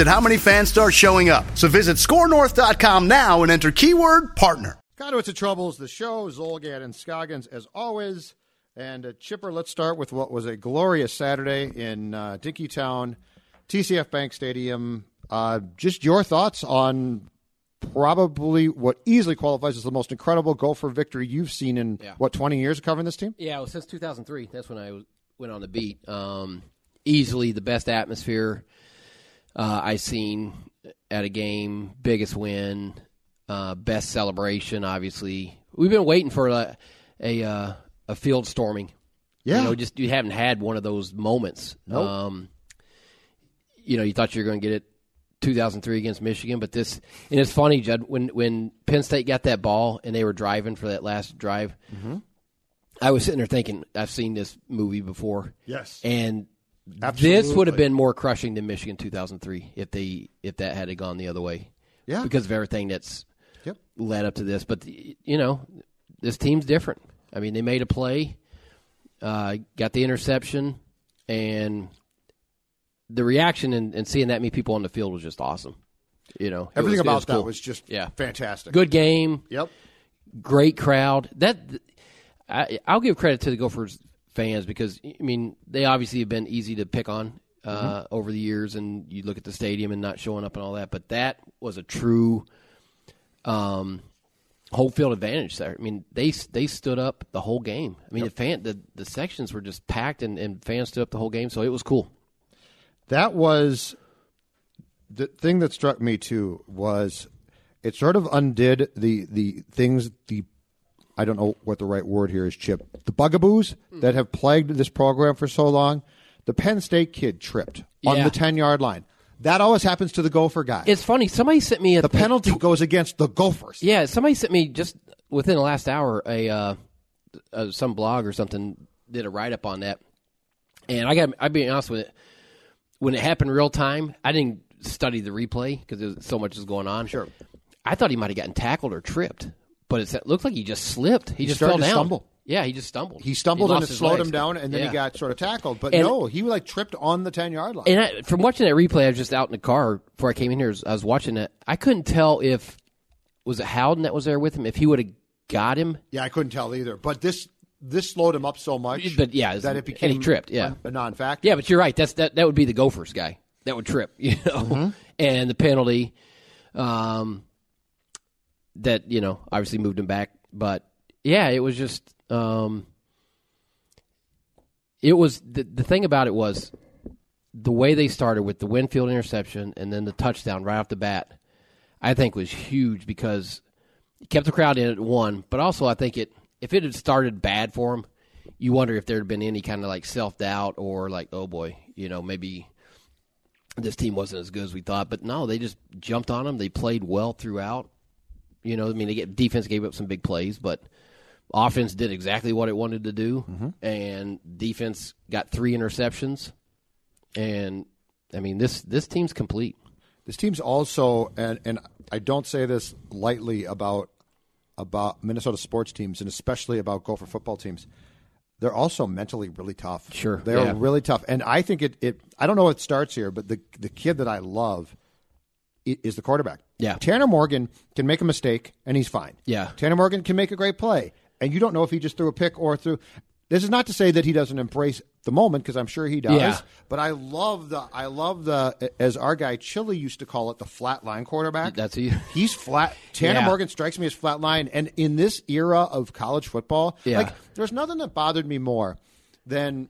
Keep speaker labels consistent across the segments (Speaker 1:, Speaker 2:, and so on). Speaker 1: at how many fans start showing up. So visit scorenorth.com now and enter keyword partner.
Speaker 2: Conduits of Troubles, the show, Zolgad and Scoggins, as always. And uh, Chipper, let's start with what was a glorious Saturday in uh, Dinkytown, TCF Bank Stadium. Uh, just your thoughts on probably what easily qualifies as the most incredible goal for victory you've seen in,
Speaker 3: Yeah.
Speaker 2: what, 20 years of covering this team?
Speaker 3: Yeah, well, since 2003, that's when I was- went on the beat. Um, easily the best atmosphere uh, I've seen at a game, biggest win, uh, best celebration. Obviously, we've been waiting for a a, uh, a field storming.
Speaker 2: Yeah.
Speaker 3: you know, just you haven't had one of those moments.
Speaker 2: Nope.
Speaker 3: Um, you know, you thought you were going to get it 2003 against Michigan, but this and it's funny, Judd, when when Penn State got that ball and they were driving for that last drive.
Speaker 2: Mm-hmm.
Speaker 3: I was sitting there thinking, I've seen this movie before.
Speaker 2: Yes.
Speaker 3: And this
Speaker 2: Absolutely.
Speaker 3: would have been more crushing than Michigan 2003 if they if that had gone the other way.
Speaker 2: Yeah.
Speaker 3: Because of everything that's
Speaker 2: Yep.
Speaker 3: led up to this, but the, you know, this team's different. I mean, they made a play, uh, got the interception, and the reaction and, and seeing that many people on the field was just awesome. You know, it
Speaker 2: Everything
Speaker 3: was- it
Speaker 2: about
Speaker 3: was
Speaker 2: that
Speaker 3: cool.
Speaker 2: was just
Speaker 3: Yeah.
Speaker 2: fantastic.
Speaker 3: good game
Speaker 2: Yep.
Speaker 3: great crowd. That I, I'll give credit to the Gophers fans because I mean they obviously have been easy to pick on uh, over the years, and you look at the stadium and not showing up and all that. But that was a true um, home field advantage there. I mean they they stood up the whole game. I mean the fan the, the sections were just packed and, and fans stood up the whole game, so it was cool.
Speaker 2: that was the thing that struck me too was it sort of undid the the things the I don't know what the right word here is chip the bugaboos
Speaker 3: Hmm.
Speaker 2: that have plagued this program for so long the Penn State kid tripped on
Speaker 3: Yeah.
Speaker 2: the 10 yard line that always happens to the gopher guy
Speaker 3: It's funny. Somebody sent me a
Speaker 2: the penalty goes against the gophers
Speaker 3: Yeah, somebody sent me just within the last hour a uh, uh, some blog or something did a write up on that, and I got I'll be honest with it. When it happened real time, I didn't study the replay because so much is going on. Sure, I thought he might have gotten tackled or tripped, but it's- it looked like he just slipped. He, just
Speaker 2: started
Speaker 3: fell
Speaker 2: to
Speaker 3: down.
Speaker 2: stumble.
Speaker 3: Yeah, he just stumbled.
Speaker 2: he stumbled and it
Speaker 3: lost his
Speaker 2: slowed
Speaker 3: legs.
Speaker 2: him down and then
Speaker 3: Yeah.
Speaker 2: he got sort of tackled but
Speaker 3: And-
Speaker 2: no he like tripped on the 10 yard line
Speaker 3: And I, from watching that replay, I was just out in the car before I came in here. I was watching it. I couldn't tell if was it Howden that was there with him. If he would have got him,
Speaker 2: Yeah, I couldn't tell either. But this this slowed him up so much.
Speaker 3: But, yeah,
Speaker 2: that it
Speaker 3: and he
Speaker 2: became
Speaker 3: tripped, yeah.
Speaker 2: a non-factor.
Speaker 3: Yeah, but you're right. That's that. That would be the Gophers guy. That would trip, you know. And the penalty, um, that you know, obviously moved him back. But yeah, it was just, um, it was the the thing about it was the way they started with the Winfield interception and then the touchdown right off the bat. I think was huge because it kept the crowd in at one, but also I think it if it had started bad for him, you wonder if there had been any kind of like self doubt or like oh boy, you know maybe this team wasn't as good as we thought. But no, they just jumped on him. They played well throughout. You know, I mean, they get defense gave up some big plays, but offense did exactly what it wanted to do, and defense got three interceptions. And I mean this this team's complete.
Speaker 2: This team's also, and and I don't say this lightly about about Minnesota sports teams and especially about Gopher football teams. They're also mentally really tough.
Speaker 3: Sure,
Speaker 2: they're
Speaker 3: yeah.
Speaker 2: really tough, and I think it, it. I don't know what starts here, but the the kid that I love i- is the quarterback.
Speaker 3: Yeah.
Speaker 2: Tanner Morgan can make a mistake and he's fine.
Speaker 3: Yeah.
Speaker 2: Tanner Morgan can make a great play, and you don't know if he just threw a pick or threw. This is not to say that he doesn't embrace the moment because I'm sure he does.
Speaker 3: Yeah.
Speaker 2: But I love the I love the as our guy Chili used to call it the flat line quarterback.
Speaker 3: That's you.
Speaker 2: He's flat. Tanner
Speaker 3: Yeah.
Speaker 2: Morgan strikes me as flat line, and in this era of college football,
Speaker 3: Yeah.
Speaker 2: like there's nothing that bothered me more than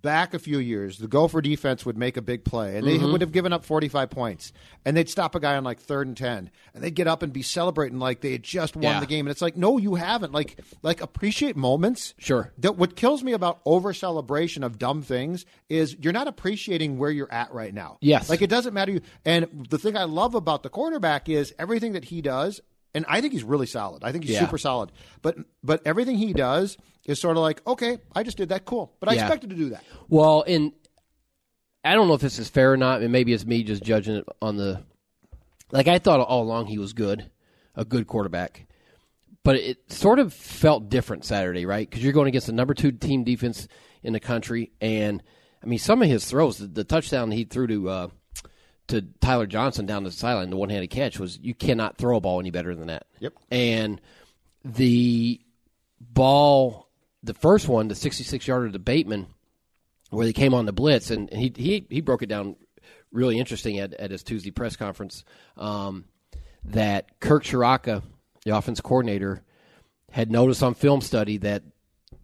Speaker 2: back a few years, the Gopher defense would make a big play, and they
Speaker 3: Mm-hmm.
Speaker 2: would have given up 45 points, and they'd stop a guy on like third and ten, and they'd get up and be celebrating like they had just won
Speaker 3: Yeah.
Speaker 2: the game, and it's like, no, you haven't. Like, like appreciate moments.
Speaker 3: Sure.
Speaker 2: That what kills me about over celebration of dumb things is you're not appreciating where you're at right now.
Speaker 3: Yes.
Speaker 2: Like it doesn't matter. You and the thing I love about the quarterback is everything that he does, and I think he's really solid. I think he's
Speaker 3: Yeah.
Speaker 2: super solid. But but everything he does is sort of like, okay, I just did that, cool. But I
Speaker 3: Yeah.
Speaker 2: expected to do that.
Speaker 3: Well, and I don't know if this is fair or not, and maybe it's me just judging it on the. Like I thought all along he was good, a good quarterback, but it sort of felt different Saturday, right? Because you're going against the number two team defense in the country, and I mean some of his throws, the, the touchdown he threw to uh, to Tyler Johnson down the sideline, the one handed catch was you cannot throw a ball any better than that.
Speaker 2: Yep.
Speaker 3: and the ball, the first one, the 66 yarder to Bateman where they came on the blitz, and he he he broke it down really interesting at, at his Tuesday press conference um, that Kirk Shiraka, the offense coordinator, had noticed on film study that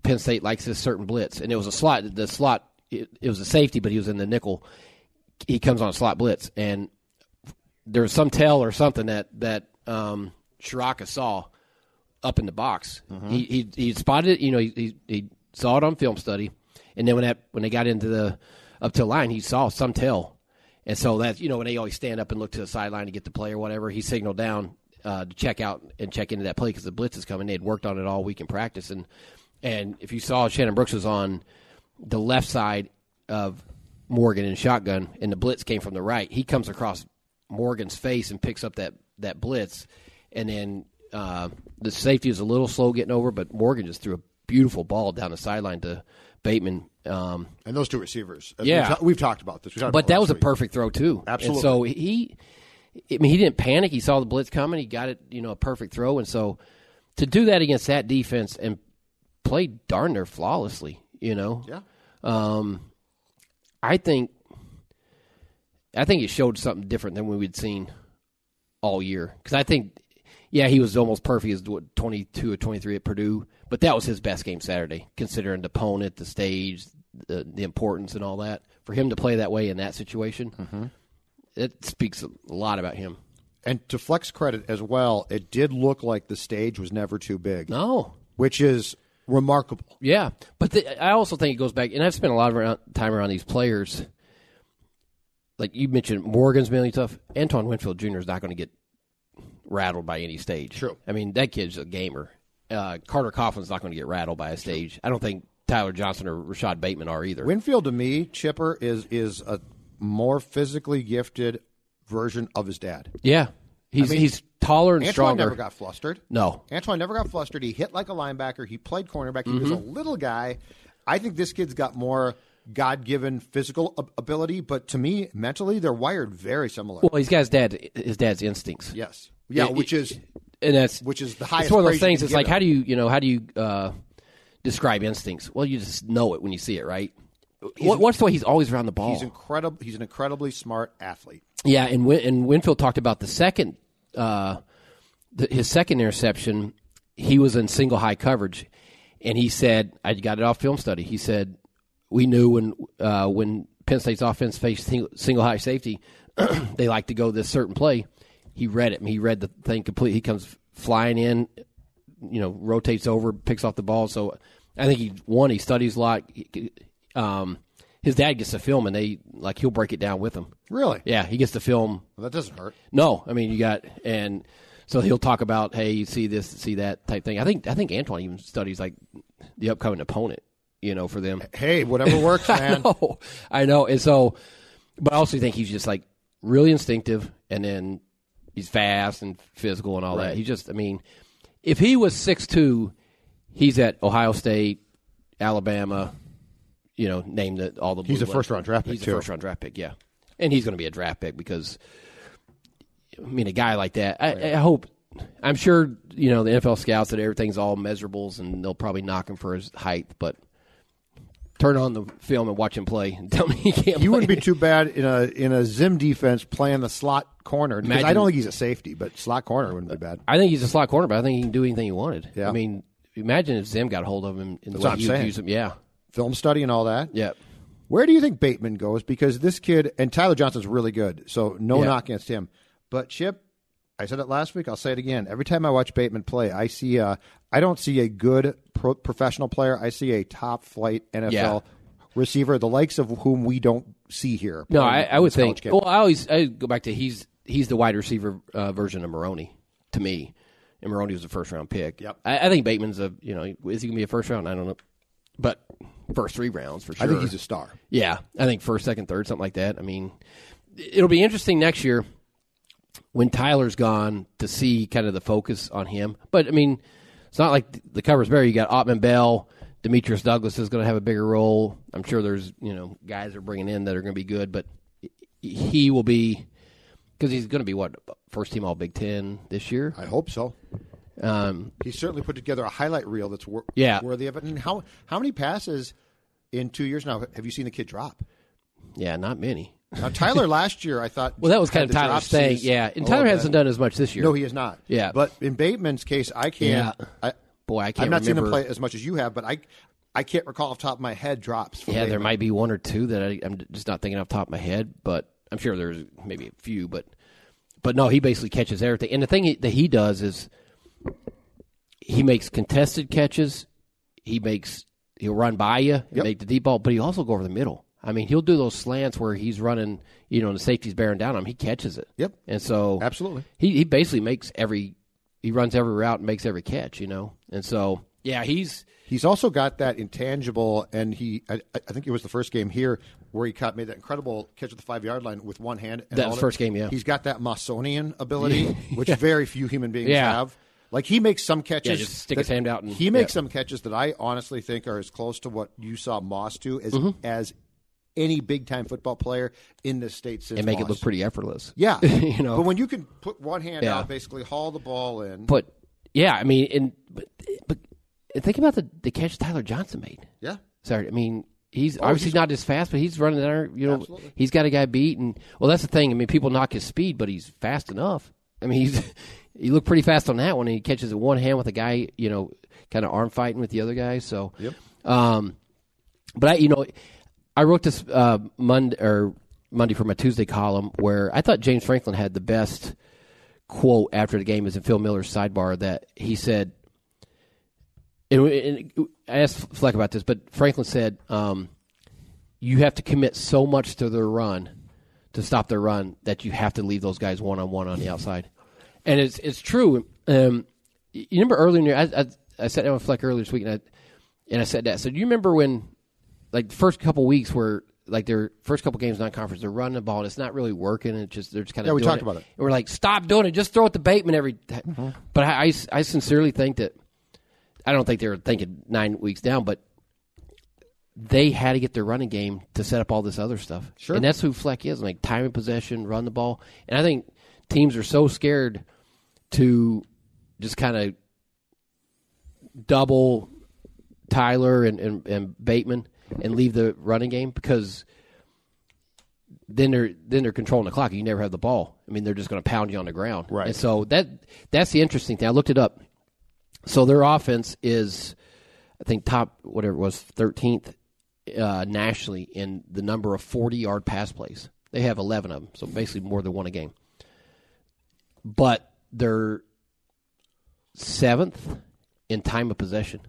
Speaker 3: Penn State likes this certain blitz, and it was a slot. The slot it, it was a safety, but he was in the nickel. He comes on a slot blitz, and there was some tell or something that that um, Shiraka saw up in the box. He, he he spotted it. You know, he, he he saw it on film study, and then when that when they got into the up to the line, he saw some tell, and so that's you know when they always stand up and look to the sideline to get the play or whatever, he signaled down uh, to check out and check into that play because the blitz is coming. They had worked on it all week in practice, and and if you saw Shannon Brooks was on the left side of Morgan in shotgun, and the blitz came from the right. He comes across Morgan's face and picks up that that blitz, and then uh, the safety was a little slow getting over, but Morgan just threw a beautiful ball down the sideline to Bateman. Um,
Speaker 2: And those two receivers. uh,
Speaker 3: Yeah.
Speaker 2: We've, ta- we've talked about this. We talked
Speaker 3: but
Speaker 2: about
Speaker 3: that
Speaker 2: last
Speaker 3: was a
Speaker 2: week.
Speaker 3: perfect throw too.
Speaker 2: Absolutely.
Speaker 3: And so he, I mean, he didn't panic. He saw the blitz coming. He got it, you know, a perfect throw. And so to do that against that defense and play darn near flawlessly, you know,
Speaker 2: Yeah.
Speaker 3: um, I think, I think it showed something different than what we'd seen all year. Because I think, yeah, he was almost perfect as what, 22 or 23 at Purdue, but that was his best game Saturday, considering the opponent, the stage, the, the importance, and all that. For him to play that way in that situation, it speaks a lot about him.
Speaker 2: And to Flex credit as well, it did look like the stage was never too big,
Speaker 3: No.
Speaker 2: which is remarkable.
Speaker 3: Yeah, but the, I also think it goes back, and I've spent a lot of around, time around these players. Like you mentioned, Morgan's mainly tough. Antoine Winfield Jr. is not going to get rattled by any stage.
Speaker 2: True.
Speaker 3: I mean, that kid's a gamer. Uh, Carter Coughlin's not going to get rattled by a stage. I don't think Tyler Johnson or Rashad Bateman are either.
Speaker 2: Winfield to me, Chipper is is a more physically gifted version of his dad.
Speaker 3: yeah, he's he's taller and
Speaker 2: Antoine
Speaker 3: stronger.
Speaker 2: never got flustered.
Speaker 3: no,
Speaker 2: Antoine never got flustered. He hit like a linebacker. He played cornerback. He was a little guy. I think this kid's got more God given physical ab- ability, but to me, mentally, they're wired very similar.
Speaker 3: well, he's got his dad his dad's instincts.
Speaker 2: yes. Yeah,
Speaker 3: It-
Speaker 2: which is
Speaker 3: and that's
Speaker 2: which is the highest
Speaker 3: It's one of
Speaker 2: praise
Speaker 3: those
Speaker 2: you
Speaker 3: things.
Speaker 2: can
Speaker 3: It's
Speaker 2: give
Speaker 3: like
Speaker 2: him.
Speaker 3: how do you you know how do you uh, describe instincts? Well, you just know it when you see it, right? What, what's the way he's always around the ball?
Speaker 2: he's incredible. He's an incredibly smart athlete.
Speaker 3: yeah, and Win- and Winfield talked about the second uh, the, his second interception. He was in single high coverage, and he said, "I got it off film study." He said, "We knew when uh, when Penn State's offense faced single, single high safety, they like to go this certain play." He read it. He read the thing completely. He comes flying in, you know rotates over, picks off the ball. So I think he one he studies a lot. He- Um, his dad gets the film, and they like he'll break it down with him.
Speaker 2: Really?
Speaker 3: Yeah, he gets the film.
Speaker 2: Well, that doesn't hurt.
Speaker 3: No, I mean you got and so he'll talk about hey, you see this, see that type thing. I think I think Antoine even studies like the upcoming opponent, you know, for them.
Speaker 2: Hey, whatever works, man.
Speaker 3: No, I know. And so, but I also think he's just like really instinctive, and then he's fast and physical and all that. He just, I mean, if he was six two, he's at Ohio State, Alabama, you know, name the all the.
Speaker 2: He's a first-round draft pick,
Speaker 3: He's
Speaker 2: too.
Speaker 3: a first round draft pick, yeah, and he's going to be a draft pick because, I mean, a guy like that. I, I hope I'm sure you know the NFL scouts that everything's all measurables, and they'll probably knock him for his height. But turn on the film and watch him play, and tell me he can't.
Speaker 2: You
Speaker 3: play.
Speaker 2: wouldn't be too bad in a in a Zim defense playing the slot corner. Because I
Speaker 3: Imagine-
Speaker 2: don't think he's a safety, but slot corner wouldn't be bad.
Speaker 3: I think he's a slot corner, but I think he can do anything he wanted.
Speaker 2: Yeah.
Speaker 3: I mean, imagine if Zim got hold of him in the
Speaker 2: That's
Speaker 3: way
Speaker 2: what I'm
Speaker 3: he would
Speaker 2: saying.
Speaker 3: use him. Yeah,
Speaker 2: Film study and all that.
Speaker 3: yeah.
Speaker 2: Where do you think Bateman goes? Because this kid and Tyler Johnson's really good, so no
Speaker 3: Yeah.
Speaker 2: knock against him. But Chip, I said it last week. I'll say it again. Every time I watch Bateman play, I see a, I don't see a good pro- professional player. I see a top flight NFL
Speaker 3: Yeah.
Speaker 2: receiver, the likes of whom we don't see here.
Speaker 3: No,
Speaker 2: playing
Speaker 3: I, I
Speaker 2: in
Speaker 3: would
Speaker 2: this college
Speaker 3: think.
Speaker 2: game.
Speaker 3: Well, I always I go back to he's he's the wide receiver uh, version of Maroney to me, and Maroney was a first round pick.
Speaker 2: Yep.
Speaker 3: I, I think Bateman's a you know is he gonna be a first round? I don't know, but first three rounds for sure.
Speaker 2: I think he's a star.
Speaker 3: Yeah, I think first, second, third, something like that. I mean, it'll be interesting next year when Tyler's gone to see kind of the focus on him. But I mean, it's not like the cover's bare. You got Ottman Bell, Demetrius Douglas is going to have a bigger role. I'm sure there's you know guys they're bringing in that are going to be good, but he will be because he's going to be what first team All Big Ten this year.
Speaker 2: I hope so.
Speaker 3: Um,
Speaker 2: He certainly put together a highlight reel that's wor-
Speaker 3: Yeah.
Speaker 2: worthy of it. And how how many passes in two years now have you seen the kid drop?
Speaker 3: yeah, not many.
Speaker 2: Now Tyler last year, I thought.
Speaker 3: Well, that was
Speaker 2: had
Speaker 3: kind of
Speaker 2: the
Speaker 3: Tyler's
Speaker 2: drops
Speaker 3: thing.
Speaker 2: seized
Speaker 3: Yeah,
Speaker 2: a
Speaker 3: and Tyler
Speaker 2: little
Speaker 3: hasn't
Speaker 2: bit.
Speaker 3: done as much this year.
Speaker 2: No, he is not.
Speaker 3: Yeah.
Speaker 2: but in Bateman's case, I can't.
Speaker 3: Yeah.
Speaker 2: I,
Speaker 3: Boy, I can't.
Speaker 2: I've not seen him
Speaker 3: remember.
Speaker 2: play as much as you have, but I, I can't recall off the top of my head drops. From
Speaker 3: Yeah, there
Speaker 2: Bateman.
Speaker 3: might be one or two that I, I'm just not thinking off the top of my head, but I'm sure there's maybe a few. But but no, he basically catches everything. And the thing he, that he does is he makes contested catches. He makes he'll run by you, and make the deep ball, but he also go over the middle. I mean, he'll do those slants where he's running, you know, and the safety's bearing down on him. He catches it.
Speaker 2: Yep.
Speaker 3: And so
Speaker 2: Absolutely.
Speaker 3: he he basically makes every he runs every route and makes every catch, you know. And so yeah, he's
Speaker 2: He's also got that intangible, and he. I, I think it was the first game here where he caught made that incredible catch at the five yard line with one hand. And
Speaker 3: That
Speaker 2: all
Speaker 3: first game, yeah.
Speaker 2: He's got that Masonian ability, which very few human beings
Speaker 3: Yeah.
Speaker 2: have. Like he makes some catches.
Speaker 3: just stick his hand out and-
Speaker 2: he makes
Speaker 3: yeah.
Speaker 2: some catches that I honestly think are as close to what you saw Moss do as
Speaker 3: Mm-hmm.
Speaker 2: as any big time football player in this state since
Speaker 3: and make it
Speaker 2: Moss.
Speaker 3: look pretty effortless.
Speaker 2: Yeah,
Speaker 3: You know?
Speaker 2: But when you can put one hand
Speaker 3: Yeah.
Speaker 2: out, basically haul the ball in.
Speaker 3: But yeah, I mean, and but, but think about the, the catch Tyler Johnson made.
Speaker 2: yeah,
Speaker 3: Sorry, I mean, Oh, he's obviously not as fast, but he's running there. You know,
Speaker 2: Absolutely.
Speaker 3: he's got a guy beat, and well, that's the thing. I mean, people knock his speed, but he's fast enough. I mean, he's he looked pretty fast on that one. And he catches it one hand with a guy, you know, kind of arm fighting with the other guy. So, yep. Um, but I, you know, I wrote this uh, Monday or Monday for my Tuesday column where I thought James Franklin had the best quote after the game is in Phil Miller's sidebar that he said, and, and I asked Fleck about this, but Franklin said, um, you have to commit so much to their run to stop their run that you have to leave those guys one on one on the outside. And it's it's true. Um, you remember earlier in the year, I, I, I sat down with Fleck earlier this week and I, and I said that. So do you remember when, like, the first couple weeks where, like, their first couple games non conference, they're running the ball and it's not really working. And it's just, they're just kind of
Speaker 2: Yeah, we
Speaker 3: doing
Speaker 2: talked about it. Mm-hmm.
Speaker 3: And we're like, stop doing it. Just throw it to Bateman every time. But I, I, I sincerely think that, I don't think they were thinking nine weeks down, but they had to get their running game to set up all this other stuff. Sure. And that's who Fleck is, like time and possession, run the ball. And I think teams are so scared to just kind of double Tyler and, and, and Bateman and leave the running game because then they're then they're controlling the clock. You never have the ball. I mean, they're just going to pound you on the ground. Right. And so that that's the interesting thing. I looked it up. So their offense is, I think, top whatever it was, thirteenth uh, nationally in the number of forty-yard pass plays. They have eleven of them, so basically more than one a game. But they're seventh in time of possession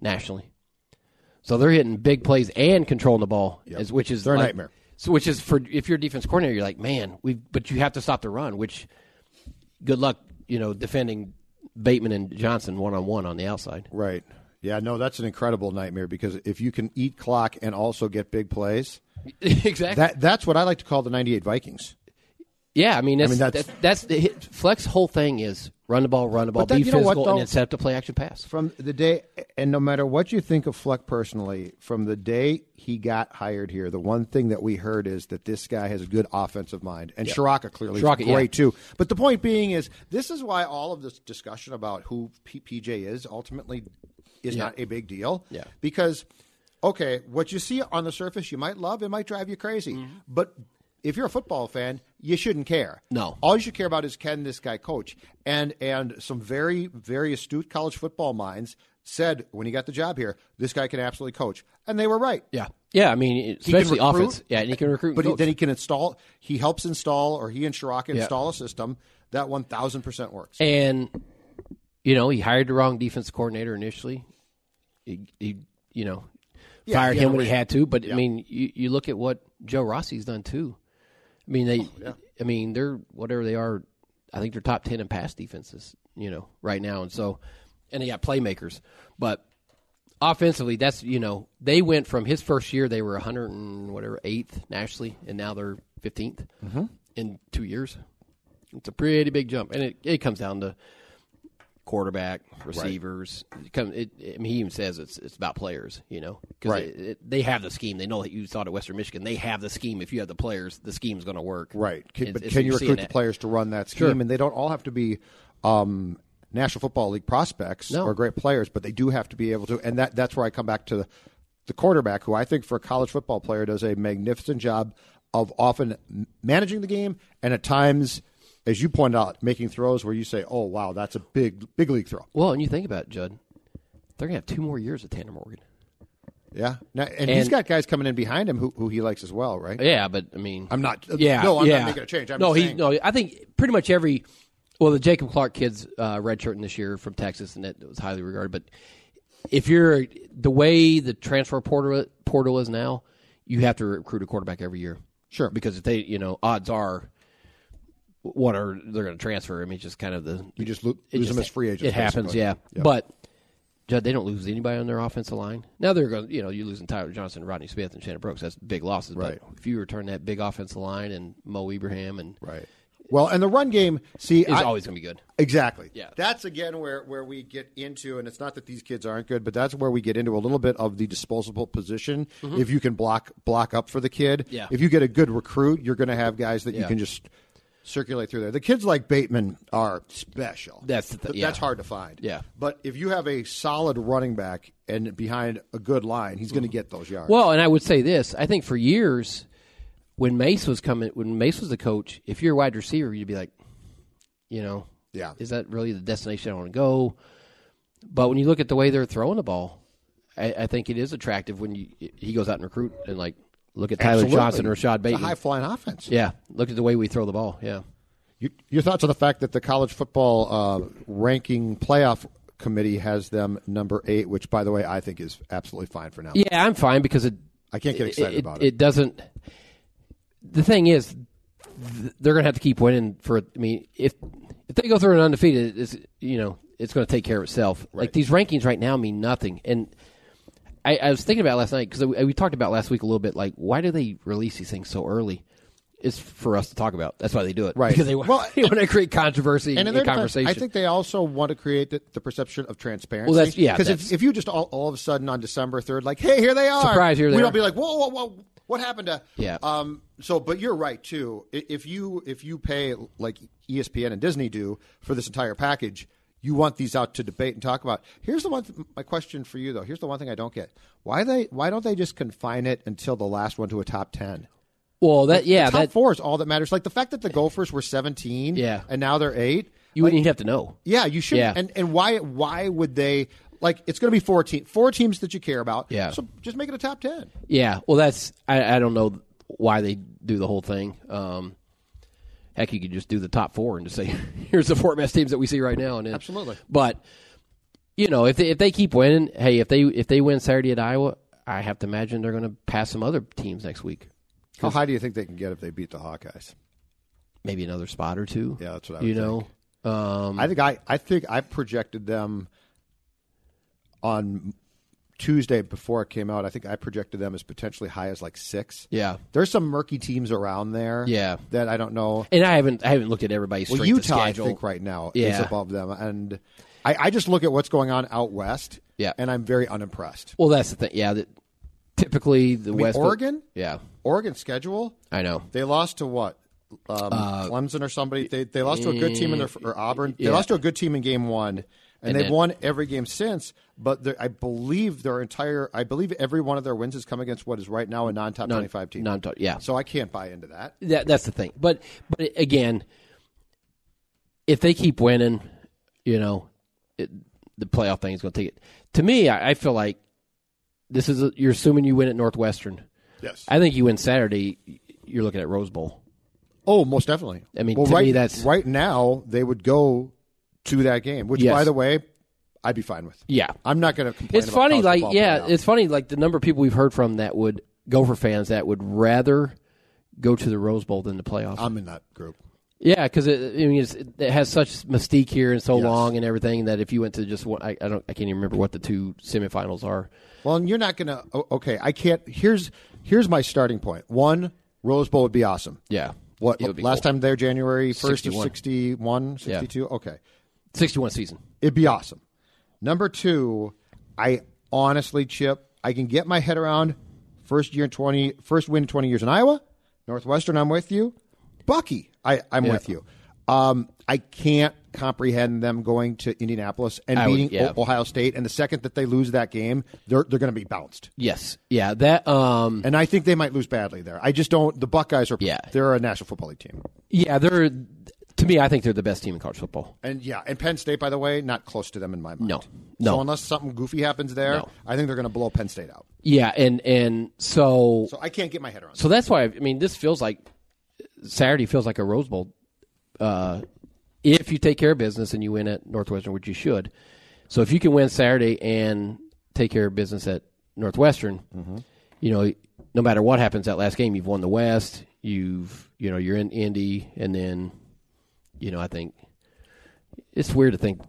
Speaker 3: nationally. So they're hitting big plays and controlling the ball, as, which is
Speaker 2: They're a
Speaker 3: like-
Speaker 2: nightmare.
Speaker 3: So which is for if you're a defense coordinator, you're like, man, we but you have to stop the run, which good luck, you know, defending Bateman and Johnson one on one on the outside.
Speaker 2: right. Yeah, no, that's an incredible nightmare because if you can eat clock and also get big plays,
Speaker 3: exactly.
Speaker 2: that that's what I like to call the '98 Vikings.
Speaker 3: Yeah, I mean, that's,
Speaker 2: mean,
Speaker 3: that's,
Speaker 2: that's-
Speaker 3: that, that's it, Flex whole thing is run the ball, run the ball,
Speaker 2: that-
Speaker 3: be
Speaker 2: you know
Speaker 3: physical,
Speaker 2: what,
Speaker 3: and
Speaker 2: though?
Speaker 3: then set up to play action pass.
Speaker 2: From the day, and no matter what you think of Fleck personally, from the day he got hired here, the one thing that we heard is that this guy has a good offensive mind, and Shiraka clearly
Speaker 3: Shiraka,
Speaker 2: is
Speaker 3: yeah.
Speaker 2: great too. But the point being is, this is why all of this discussion about who P- PJ is ultimately is not a big deal.
Speaker 3: Yeah.
Speaker 2: because okay, what you see on the surface, you might love, it might drive you crazy,
Speaker 3: Mm-hmm.
Speaker 2: but. If you're a football fan, you shouldn't care.
Speaker 3: No.
Speaker 2: All you should care about is can this guy coach? And and some very very astute college football minds said when he got the job here, this guy can absolutely coach, and they were right.
Speaker 3: Yeah, yeah. I mean, it-
Speaker 2: He can
Speaker 3: especially
Speaker 2: recruit,
Speaker 3: offense. Yeah, and he can recruit. and
Speaker 2: But he,
Speaker 3: coach.
Speaker 2: then he can install. He helps install, or he and Shiraka
Speaker 3: Yeah.
Speaker 2: install a system that one thousand percent works.
Speaker 3: And you know, he hired the wrong defense coordinator initially. He, he you know, fired
Speaker 2: he had a
Speaker 3: him when he
Speaker 2: reason.
Speaker 3: had to. But I mean, you, you look at what Joe Rossi's done too. I mean,
Speaker 2: Oh,
Speaker 3: they. I mean, they're whatever they are. I think they're top ten in pass defenses. You know, right now, and so, and they got playmakers, but. Offensively, that's you know they went from his first year they were 100 and whatever eighth nationally, and now they're 15th
Speaker 2: Mm-hmm.
Speaker 3: in two years. It's a pretty big jump, and it, it comes down to quarterback, receivers. It come, it, I mean, he even says it's it's about players, you know, because
Speaker 2: Right.
Speaker 3: they have the scheme. They know that you thought at Western Michigan, they have the scheme. If you have the players, the scheme's going to work.
Speaker 2: Right. Can,
Speaker 3: It's-
Speaker 2: but
Speaker 3: it's-
Speaker 2: can
Speaker 3: you're
Speaker 2: you
Speaker 3: seeing
Speaker 2: recruit the
Speaker 3: that.
Speaker 2: players to run that scheme? And they don't all have to be um, National Football League prospects
Speaker 3: No.
Speaker 2: or great players, but they do have to be able to. And that, that's where I come back to the, the quarterback, who I think for a college football player does a magnificent job of often m- managing the game and at times, as you point out, making throws where you say, oh, wow, that's a big, big league throw.
Speaker 3: Well, and you think about it, Judd, they're going to have two more years of Tanner Morgan.
Speaker 2: Yeah. Now, and, he's
Speaker 3: And-
Speaker 2: got guys coming in behind him who, who he likes as well, right?
Speaker 3: Yeah, but I mean,
Speaker 2: I'm not.
Speaker 3: Yeah,
Speaker 2: Uh, No, I'm
Speaker 3: yeah.
Speaker 2: not making a change. I'm
Speaker 3: no,
Speaker 2: just
Speaker 3: he
Speaker 2: saying-
Speaker 3: no. I think pretty much every well, the Jacob Clark kid's uh, redshirting this year from Texas, and that was highly regarded. But if you're the way the transfer portal portal is now, you have to recruit a quarterback every year.
Speaker 2: Sure.
Speaker 3: because if they, you know, odds are what are they're going to transfer? I mean, it's just kind of the
Speaker 2: You just lo-
Speaker 3: it
Speaker 2: lose
Speaker 3: just-
Speaker 2: them as free agents.
Speaker 3: It happens,
Speaker 2: basically.
Speaker 3: yeah. But Judd, they don't lose anybody on their offensive line. Now they're going, to you know, you're losing Tyler Johnson, Rodney Smith, and Shannon Brooks. That's big losses.
Speaker 2: Right.
Speaker 3: But if you return that big offensive line and Mo Ibrahim, and
Speaker 2: Right. Well, and the run game, see,
Speaker 3: it's
Speaker 2: I-
Speaker 3: always going to be good.
Speaker 2: exactly.
Speaker 3: Yeah.
Speaker 2: That's again where where we get into, and it's not that these kids aren't good, but that's where we get into a little bit of the disposable position. If you can block block up for the kid,
Speaker 3: Mm-hmm. Yeah.
Speaker 2: If you get a good recruit, you're going to have guys that you
Speaker 3: Yeah.
Speaker 2: can just circulate through there. The kids like Bateman are special.
Speaker 3: That's the thi-
Speaker 2: Th-
Speaker 3: yeah.
Speaker 2: that's hard to find.
Speaker 3: Yeah.
Speaker 2: But if you have a solid running back and behind a good line, he's going to get those yards.
Speaker 3: Mm-hmm. Well, and I would say this: I think for years, when Mace was coming, when Mace was the coach, if you're a wide receiver, you'd be like, you know,
Speaker 2: Yeah.
Speaker 3: is that really the destination I want to go? But when you look at the way they're throwing the ball, I, I think it is attractive when you, he goes out and recruit and like look at Tyler
Speaker 2: Absolutely.
Speaker 3: Johnson or Rashad
Speaker 2: It's a
Speaker 3: Bateman.
Speaker 2: high flying offense.
Speaker 3: yeah, look at the way we throw the ball. Yeah,
Speaker 2: You, your thoughts on the fact that the college football uh, ranking playoff committee has them number eight, which, by the way, I think is absolutely fine for now.
Speaker 3: yeah, I'm fine because it.
Speaker 2: I can't get excited
Speaker 3: it,
Speaker 2: about it.
Speaker 3: It doesn't. The thing is, th- they're going to have to keep winning. For I mean, if if they go through an undefeated, it's you know it's going to take care of itself. Like these rankings right now mean nothing. And I, I was thinking about it last night because we, we talked about last week a little bit. Like, why do they release these things so early? It's for us to talk about. That's why they do it.
Speaker 2: Right.
Speaker 3: Because they, wa-
Speaker 2: Well,
Speaker 3: they want to create controversy and,
Speaker 2: in their defense,
Speaker 3: conversation.
Speaker 2: I think they also want to create the, the perception of transparency.
Speaker 3: Well, that's- yeah,
Speaker 2: Because
Speaker 3: that's-
Speaker 2: if, if you just all, all of a sudden on December third, like, hey, here they are,
Speaker 3: Surprise, here they
Speaker 2: we
Speaker 3: are.
Speaker 2: don't be like, whoa, whoa, whoa, what happened to?
Speaker 3: Yeah.
Speaker 2: Um. So, but you're right too. I- If you if you pay like E ESPN and Disney do for this entire package, you want these out to debate and talk about. Here's the one. Th- my question for you though. Here's the one thing I don't get. Why they? Why don't they just confine it until the last one to a top ten?
Speaker 3: well, that yeah,
Speaker 2: the top
Speaker 3: that
Speaker 2: four is all that matters. Like the fact that the Gophers were 17,
Speaker 3: Yeah.
Speaker 2: and now they're eight.
Speaker 3: you wouldn't even have to know.
Speaker 2: Yeah, you should.
Speaker 3: Yeah.
Speaker 2: And and why why would they like it's going to be four team, four teams that you care about.
Speaker 3: Yeah.
Speaker 2: So just make it a top 10.
Speaker 3: Yeah, well, that's I, I don't know why they do the whole thing. Um, heck, you could just do the top four and just say, "Here's the four best teams that we see right now." And then,
Speaker 2: Absolutely.
Speaker 3: but you know, if they, if they keep winning, hey, if they if they win Saturday at Iowa, I have to imagine they're going to pass some other teams next week,
Speaker 2: How high do you think they can get if they beat the Hawkeyes?
Speaker 3: maybe another spot or two.
Speaker 2: Yeah, that's what I
Speaker 3: you
Speaker 2: would
Speaker 3: know. Um,
Speaker 2: I think I I think I projected them on Tuesday before it came out, I think I projected them as potentially high as like six.
Speaker 3: Yeah.
Speaker 2: There's some murky teams around there.
Speaker 3: Yeah.
Speaker 2: That I don't know.
Speaker 3: And I haven't I haven't looked at everybody's
Speaker 2: Well,
Speaker 3: strength of
Speaker 2: Utah, I
Speaker 3: schedule.
Speaker 2: think right now
Speaker 3: Yeah.
Speaker 2: is above them, and I, I just look at what's going on out west.
Speaker 3: Yeah.
Speaker 2: And I'm very unimpressed.
Speaker 3: Well, that's the thing. Yeah, that typically the
Speaker 2: mean,
Speaker 3: West
Speaker 2: Oregon?
Speaker 3: Yeah,
Speaker 2: Oregon schedule.
Speaker 3: I know.
Speaker 2: They lost to what? Um,
Speaker 3: Uh,
Speaker 2: Clemson or somebody. They they lost to a good team in their or Auburn. They lost to a good team in game one, and, they've
Speaker 3: then-
Speaker 2: won every game since. But they're- I believe their entire, I believe every one of their wins has come against what is right now a non-top twenty-five team.
Speaker 3: Non- yeah,
Speaker 2: So I can't buy into that.
Speaker 3: that, that's the thing. But but again, if they keep winning, you know, it, the playoff thing is going to take it. To me, I, I feel like this is a, you're assuming you win at Northwestern.
Speaker 2: Yes.
Speaker 3: I think you win Saturday. You're looking at Rose Bowl.
Speaker 2: Oh, most definitely.
Speaker 3: I mean,
Speaker 2: well,
Speaker 3: to
Speaker 2: right,
Speaker 3: me, that's-
Speaker 2: right now they would go to that game, which,
Speaker 3: Yes.
Speaker 2: by the way, I'd be fine with.
Speaker 3: Yeah,
Speaker 2: I'm not going to complain.
Speaker 3: it's
Speaker 2: about
Speaker 3: funny
Speaker 2: college
Speaker 3: like
Speaker 2: football
Speaker 3: yeah
Speaker 2: playing out.
Speaker 3: it's funny like the number of people we've heard from that would gopher fans that would rather go to the rose bowl than the playoffs
Speaker 2: I'm in that group.
Speaker 3: yeah because it, I mean, it's, it has such mystique here and so long and everything that if you went to just one I, I don't i can't even remember what the two semifinals are
Speaker 2: Well, and you're not going to. Okay, I can't. Here's here's my starting point. One, Rose Bowl would be awesome.
Speaker 3: yeah
Speaker 2: What
Speaker 3: It would be
Speaker 2: last
Speaker 3: cool.
Speaker 2: time there, January first
Speaker 3: 61.
Speaker 2: or 61, 62? Okay,
Speaker 3: 61 season
Speaker 2: it'd be awesome. Number two, I honestly, Chip, I can get my head around first year in 20, first win in 20 years in Iowa. Northwestern, I'm with you. Bucky, I, I'm with you. Um, I can't comprehend them going to Indianapolis and
Speaker 3: I would-
Speaker 2: beating
Speaker 3: yeah.
Speaker 2: O- Ohio State. And the second that they lose that game, they're, they're going to be bounced.
Speaker 3: yes yeah that um
Speaker 2: And I think they might lose badly there. I just don't. The Buckeyes are,
Speaker 3: Yeah.
Speaker 2: they're a National Football League team.
Speaker 3: yeah they're to me i think they're the best team in college football
Speaker 2: And yeah, and Penn State, by the way, not close to them in my mind.
Speaker 3: No. No.
Speaker 2: So unless something goofy happens there,
Speaker 3: No.
Speaker 2: I think they're going to blow Penn State out.
Speaker 3: yeah and and so
Speaker 2: So I can't get my head around.
Speaker 3: So that's why I mean this feels like Saturday feels like a Rose Bowl. Uh, if you take care of business and you win at Northwestern, which you should, so if you can win Saturday and take care of business at Northwestern, you know no matter what happens that last game, you've won the West. You've you know you're in Indy, and then you know I think it's weird to think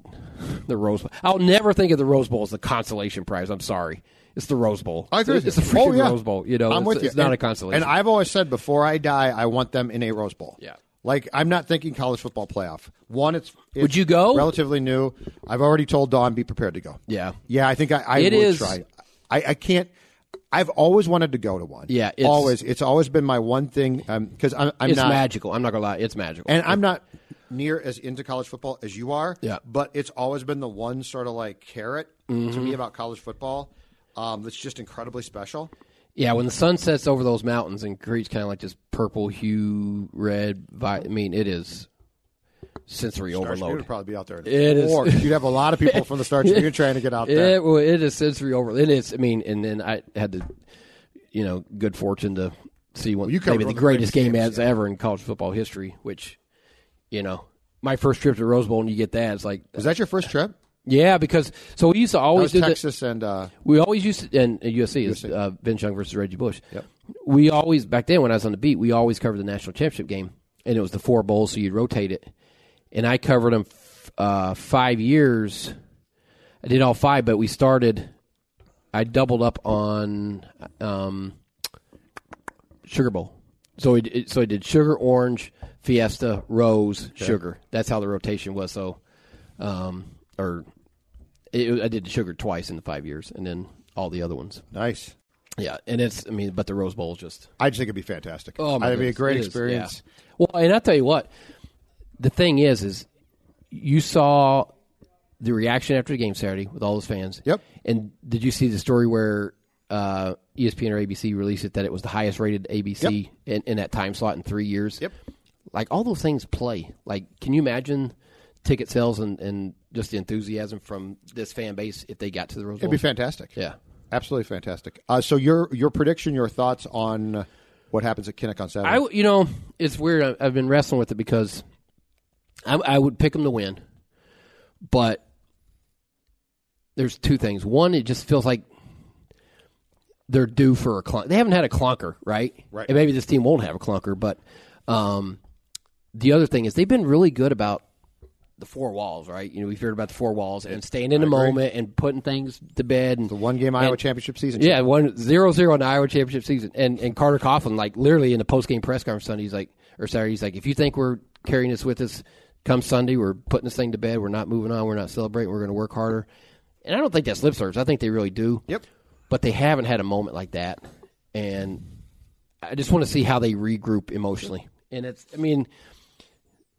Speaker 3: the Rose Bowl. I'll never think of the Rose Bowl as the consolation prize. I'm sorry, it's the Rose Bowl.
Speaker 2: I agree
Speaker 3: It's,
Speaker 2: with
Speaker 3: the
Speaker 2: you.
Speaker 3: freaking
Speaker 2: Oh, yeah.
Speaker 3: Rose Bowl. You know,
Speaker 2: I'm
Speaker 3: it's,
Speaker 2: with you.
Speaker 3: it's not
Speaker 2: And-
Speaker 3: a consolation.
Speaker 2: And I've always said before I die, I want them in a Rose Bowl.
Speaker 3: Yeah.
Speaker 2: Like I'm not thinking college football playoff. One, it's, it's
Speaker 3: Would you go?
Speaker 2: Relatively new. I've already told Dawn be prepared to go.
Speaker 3: Yeah.
Speaker 2: Yeah, I think I, I
Speaker 3: It
Speaker 2: would
Speaker 3: is-
Speaker 2: try. I, I can't. I've always wanted to go to one.
Speaker 3: Yeah, it's-
Speaker 2: always. It's always been my one thing because I'm, I'm
Speaker 3: it's
Speaker 2: not.
Speaker 3: magical. I'm not gonna lie, it's magical.
Speaker 2: And I'm not near as into college football as you are.
Speaker 3: Yeah.
Speaker 2: But it's always been the one sort of like carrot to
Speaker 3: Mm-hmm.
Speaker 2: me about college football um, that's just incredibly special.
Speaker 3: yeah, when the sun sets over those mountains and creates kind of like this purple hue, red. Vi- I mean, it is sensory
Speaker 2: Darsh Tribune
Speaker 3: overload.
Speaker 2: would probably be out there.
Speaker 3: It is-
Speaker 2: or you'd have a lot of people from the Star Tribune trying to get out there.
Speaker 3: It, well, it is sensory overload. It is. I mean, and then I had the, you know, good fortune to see one
Speaker 2: you covered
Speaker 3: maybe
Speaker 2: one
Speaker 3: the
Speaker 2: of the greatest
Speaker 3: greatest game
Speaker 2: games,
Speaker 3: ads ever in college football history. Which, you know, my first trip to Rose Bowl and you get that, it's like,
Speaker 2: Was that your first trip?
Speaker 3: yeah, because so we used to
Speaker 2: That
Speaker 3: always
Speaker 2: was
Speaker 3: do the-
Speaker 2: Texas and uh,
Speaker 3: We always used to, and uh, USC is uh, Ben Chung versus Reggie Bush.
Speaker 2: Yep.
Speaker 3: We always back then when I was on the beat, we always covered the national championship game, and it was the four bowls, so you'd rotate it. And I covered them f- uh, five years. I did all five, but we started. I doubled up on um, Sugar Bowl, so we did, so I did Sugar Orange Fiesta Rose Sugar. That's how the rotation was. So, um, or it, I did the sugar twice in the five years, and then all the other ones.
Speaker 2: nice.
Speaker 3: Yeah, and it's I mean, but the Rose Bowl is just
Speaker 2: I just think it'd be fantastic.
Speaker 3: oh my
Speaker 2: it'd be a
Speaker 3: goodness,
Speaker 2: great
Speaker 3: it is,
Speaker 2: experience.
Speaker 3: yeah. Well, and I tell you what, the thing is, is you saw the reaction after the game Saturday with all those fans.
Speaker 2: Yep.
Speaker 3: And did you see the story where uh, ESPN or ABC released it that it was the highest rated ABC in, in that time slot in three years?
Speaker 2: Yep.
Speaker 3: Like all those things play. Like, can you imagine? Ticket sales and, and just the enthusiasm from this fan base if they got to the Rose Bowl.
Speaker 2: It'd be fantastic.
Speaker 3: Yeah.
Speaker 2: absolutely fantastic. Uh, so your your prediction, your thoughts on what happens at Kinnick on Saturday?
Speaker 3: I, w- you know, it's weird. I- I've been wrestling with it because I, I would pick them to win, but there's two things. One, it just feels like they're due for a clunk. They haven't had a clunker, right?
Speaker 2: Right.
Speaker 3: And maybe this team won't have a clunker, but um, the other thing is they've been really good about the four walls, right? You know, we've heard about the four walls and staying in the moment and putting things to bed. And
Speaker 2: The one game Iowa
Speaker 3: And-
Speaker 2: championship season.
Speaker 3: yeah, one zero zero in the Iowa championship season, and and Carter Coughlin, like literally in the post game press conference Sunday, he's like or Saturday, he's like, if you think we're carrying this with us, come Sunday, we're putting this thing to bed. We're not moving on. We're not celebrating. We're going to work harder. And I don't think that's lip service. I think they really do.
Speaker 2: Yep.
Speaker 3: But they haven't had a moment like that, and I just want to see how they regroup emotionally. And it's, I mean,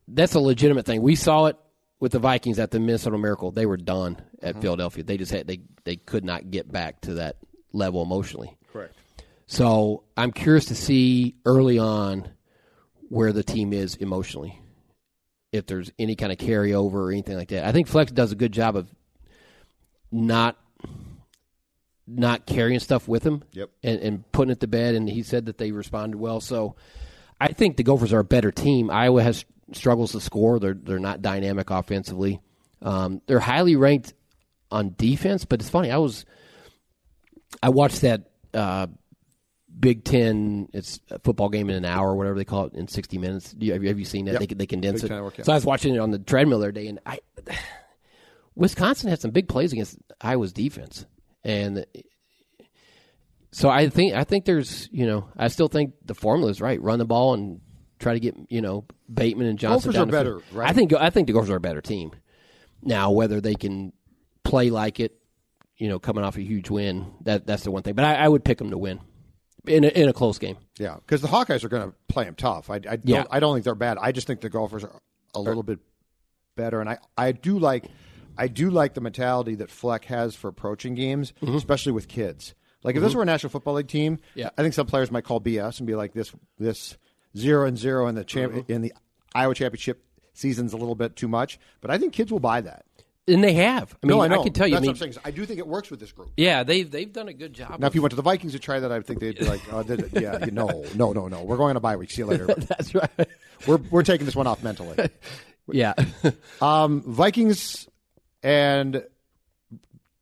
Speaker 3: that's a legitimate thing. We saw it with the Vikings at the Minnesota Miracle. They were done at Philadelphia. They just had they they could not get back to that level emotionally. Correct. So I'm curious to see early on where the team is emotionally. If there's any kind of carryover or anything like that. I think Flex does a good job of not not carrying stuff with him
Speaker 2: Yep.
Speaker 3: and, and putting it to bed and he said that they responded well. So I think the Gophers are a better team. Iowa has struggles to score. They're they're not dynamic offensively. Um, they're highly ranked on defense, but it's funny. I was I watched that uh, Big Ten it's a football game in an hour, whatever they call it, in sixty minutes. Do you, have, you, have you seen that? They They they condense it.
Speaker 2: Ten workout.
Speaker 3: So I was watching it on the treadmill the other day, and I Wisconsin had some big plays against Iowa's defense, and so I think I think there's you know I still think the formula is right. Run the ball and try to get you know Bateman and Johnson.
Speaker 2: Gophers
Speaker 3: down
Speaker 2: are
Speaker 3: the field.
Speaker 2: better, right?
Speaker 3: I think I think the Gophers are a better team. Now whether they can play like it, you know, coming off a huge win, that that's the one thing. But I, I would pick them to win in a, in a close game.
Speaker 2: Yeah, because the Hawkeyes are going to play them tough. I, I don't,
Speaker 3: Yeah.
Speaker 2: I don't think they're bad. I just think the golfers are a little bit better, and I, I do like, I do like the mentality that Fleck has for approaching games, especially with kids. Like if this were a National Football League team,
Speaker 3: Mm-hmm. Yeah.
Speaker 2: I think some players might call BS and be like this, this zero and zero in the champ-
Speaker 3: Mm-hmm.
Speaker 2: in the Iowa championship season's a little bit too much. But I think kids will buy that.
Speaker 3: And they have. I mean,
Speaker 2: no, I know.
Speaker 3: can tell you.
Speaker 2: That's
Speaker 3: I mean,
Speaker 2: what I'm saying. is I do think it works with this group.
Speaker 3: yeah, they've they've done a good job.
Speaker 2: Now, if you went to the Vikings to try that, I would think they'd be like, oh, th- "Yeah, you know, no, no, no, we're going on a bye week. See you later."
Speaker 3: that's right.
Speaker 2: we're we're taking this one off mentally.
Speaker 3: yeah.
Speaker 2: Um, Vikings and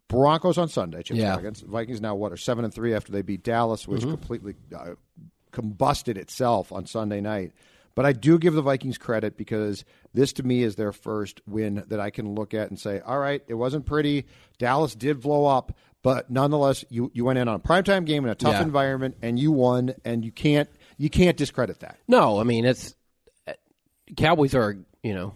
Speaker 2: Broncos on Sunday. Chip
Speaker 3: Yeah. Mm-hmm.
Speaker 2: Scoggins. Vikings now what are seven and three after they beat Dallas, which completely uh, combusted itself on Sunday night. But I do give the Vikings credit because this to me is their first win that I can look at and say, all right, it wasn't pretty. Dallas did blow up, but nonetheless, you, you went in on a primetime game in a tough
Speaker 3: Yeah.
Speaker 2: environment and you won, and you can't you can't discredit that.
Speaker 3: No, I mean it's uh, Cowboys are you know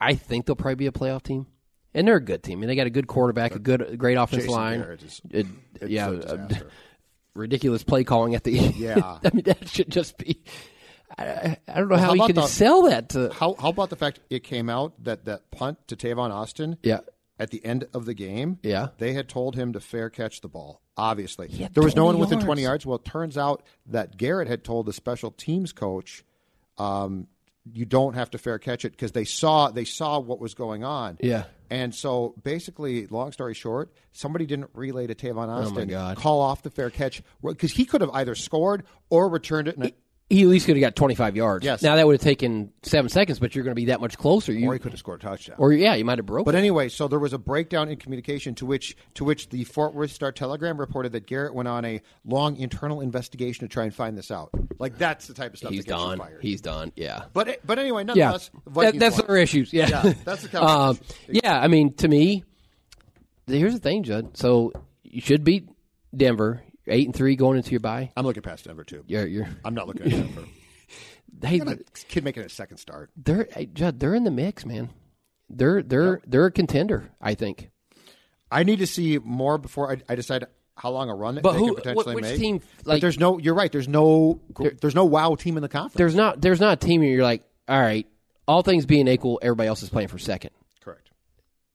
Speaker 3: I think they'll probably be a playoff team, and they're a good team. I mean they got a good quarterback, a good a great offense
Speaker 2: Jason
Speaker 3: line.
Speaker 2: Garrett is-
Speaker 3: It- yeah,
Speaker 2: a
Speaker 3: uh,
Speaker 2: disaster.
Speaker 3: ridiculous play calling at the
Speaker 2: Yeah.
Speaker 3: I mean that should just be. I, I don't know how,
Speaker 2: how
Speaker 3: you
Speaker 2: about
Speaker 3: can
Speaker 2: the-
Speaker 3: sell that to.
Speaker 2: How how about the fact it came out that that punt to Tavon Austin?
Speaker 3: Yeah.
Speaker 2: At the end of the game,
Speaker 3: Yeah.
Speaker 2: they had told him to fair catch the ball. Obviously,
Speaker 3: had
Speaker 2: there was no one
Speaker 3: 20
Speaker 2: within
Speaker 3: yards.
Speaker 2: twenty yards. Well, it turns out that Garrett had told the special teams coach, um, "You don't have to fair catch it" because they saw they saw what was going on.
Speaker 3: Yeah.
Speaker 2: And so, basically, long story short, somebody didn't relay to Tavon Austin
Speaker 3: Oh, God.
Speaker 2: call off the fair catch because he could have either scored or returned it, in a,
Speaker 3: He at least could have got twenty five yards.
Speaker 2: Yes.
Speaker 3: Now that would have taken seven seconds, but you're going to be that much closer. You
Speaker 2: or he
Speaker 3: or,
Speaker 2: could have scored a touchdown.
Speaker 3: yeah, you might have broken.
Speaker 2: But anyway, so there was a breakdown in communication to which to which the Fort Worth Star Telegram reported that Garrett went on a long internal investigation to try and find this out. Like that's the type of stuff
Speaker 3: He's
Speaker 2: that gets you
Speaker 3: done.
Speaker 2: fired.
Speaker 3: He's done. Yeah.
Speaker 2: but but anyway,
Speaker 3: yeah,
Speaker 2: nonetheless, the
Speaker 3: that,
Speaker 2: Vikings
Speaker 3: that's
Speaker 2: won.
Speaker 3: their issues. Yeah,
Speaker 2: Yeah, that's the Cowboys'
Speaker 3: Um,
Speaker 2: issues.
Speaker 3: yeah, I mean, to me, th- here's the thing, Judd. So you should beat Denver, You're eight and three going into your bye.
Speaker 2: I'm looking past Denver too.
Speaker 3: You're, you're
Speaker 2: I'm not looking at Denver.
Speaker 3: hey,
Speaker 2: Got a kid making a second start.
Speaker 3: they're hey, Judd, they're in the mix, man. They're they're they're a contender, I think.
Speaker 2: I need to see more before I, I decide how long a run that
Speaker 3: But
Speaker 2: they
Speaker 3: who-
Speaker 2: could potentially
Speaker 3: wh- which
Speaker 2: make.
Speaker 3: team,
Speaker 2: but
Speaker 3: like-
Speaker 2: there's no. You're right. There's no. There's no wow team in the conference.
Speaker 3: There's not there's not a team where you're like, all right, all things being equal, everybody else is playing for second,
Speaker 2: Correct.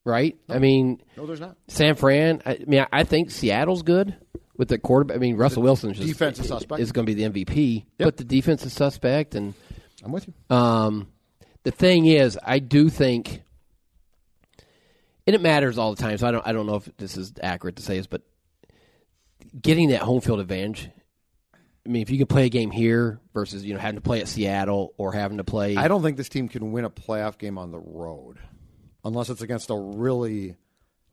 Speaker 3: right? I mean,
Speaker 2: No, there's not.
Speaker 3: San Fran. I, I mean, I, I think Seattle's good with the quarterback. I mean, Russell Wilson's just,
Speaker 2: defense is suspect.
Speaker 3: Is going to be the MVP, but the defense is suspect, and
Speaker 2: I'm with you.
Speaker 3: um, the thing is, I do think, and it matters all the time. So I don't, I don't know if this is accurate to say this, but getting that home field advantage. I mean, if you can play a game here versus you know having to play at Seattle or having to play,
Speaker 2: I don't think this team can win a playoff game on the road, unless it's against a really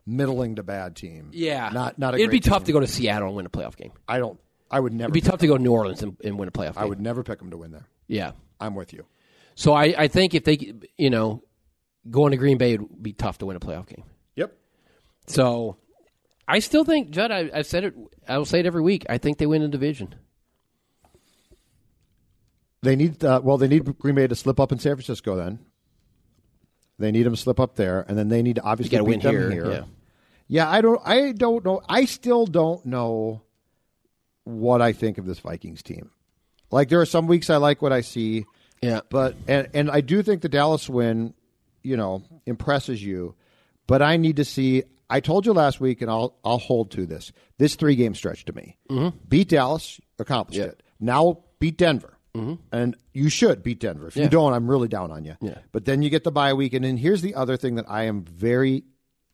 Speaker 2: middling to bad team.
Speaker 3: yeah,
Speaker 2: not not. A
Speaker 3: it'd be
Speaker 2: great
Speaker 3: tough
Speaker 2: team.
Speaker 3: to go to Seattle and win a playoff game.
Speaker 2: I don't. I would never.
Speaker 3: It'd be tough to go to New Orleans and, and win a playoff game.
Speaker 2: I would never pick them to win there.
Speaker 3: yeah.
Speaker 2: I'm with you.
Speaker 3: So I, I think if they, you know, going to Green Bay would be tough to win a playoff game.
Speaker 2: Yep.
Speaker 3: So I still think Judd. I, I've said it. I will say it every week. I think they win the division.
Speaker 2: They need uh, well, they need Green Bay to slip up in San Francisco. Then they need them to slip up there, and then they need to obviously
Speaker 3: You got to
Speaker 2: beat
Speaker 3: win
Speaker 2: them
Speaker 3: here. Yeah.
Speaker 2: Yeah, I don't. I don't know. I still don't know what I think of this Vikings team. Like there are some weeks I like what I see,
Speaker 3: Yeah.
Speaker 2: but and and I do think the Dallas win, you know, impresses you. But I need to see. I told you last week, and I'll I'll hold to this. This three game stretch to me, mm-hmm. beat Dallas, accomplished it. Now beat Denver, mm-hmm. and you should beat Denver. If you don't, I'm really down on you.
Speaker 3: Yeah.
Speaker 2: But then you get the bye week, and then here's the other thing that I am very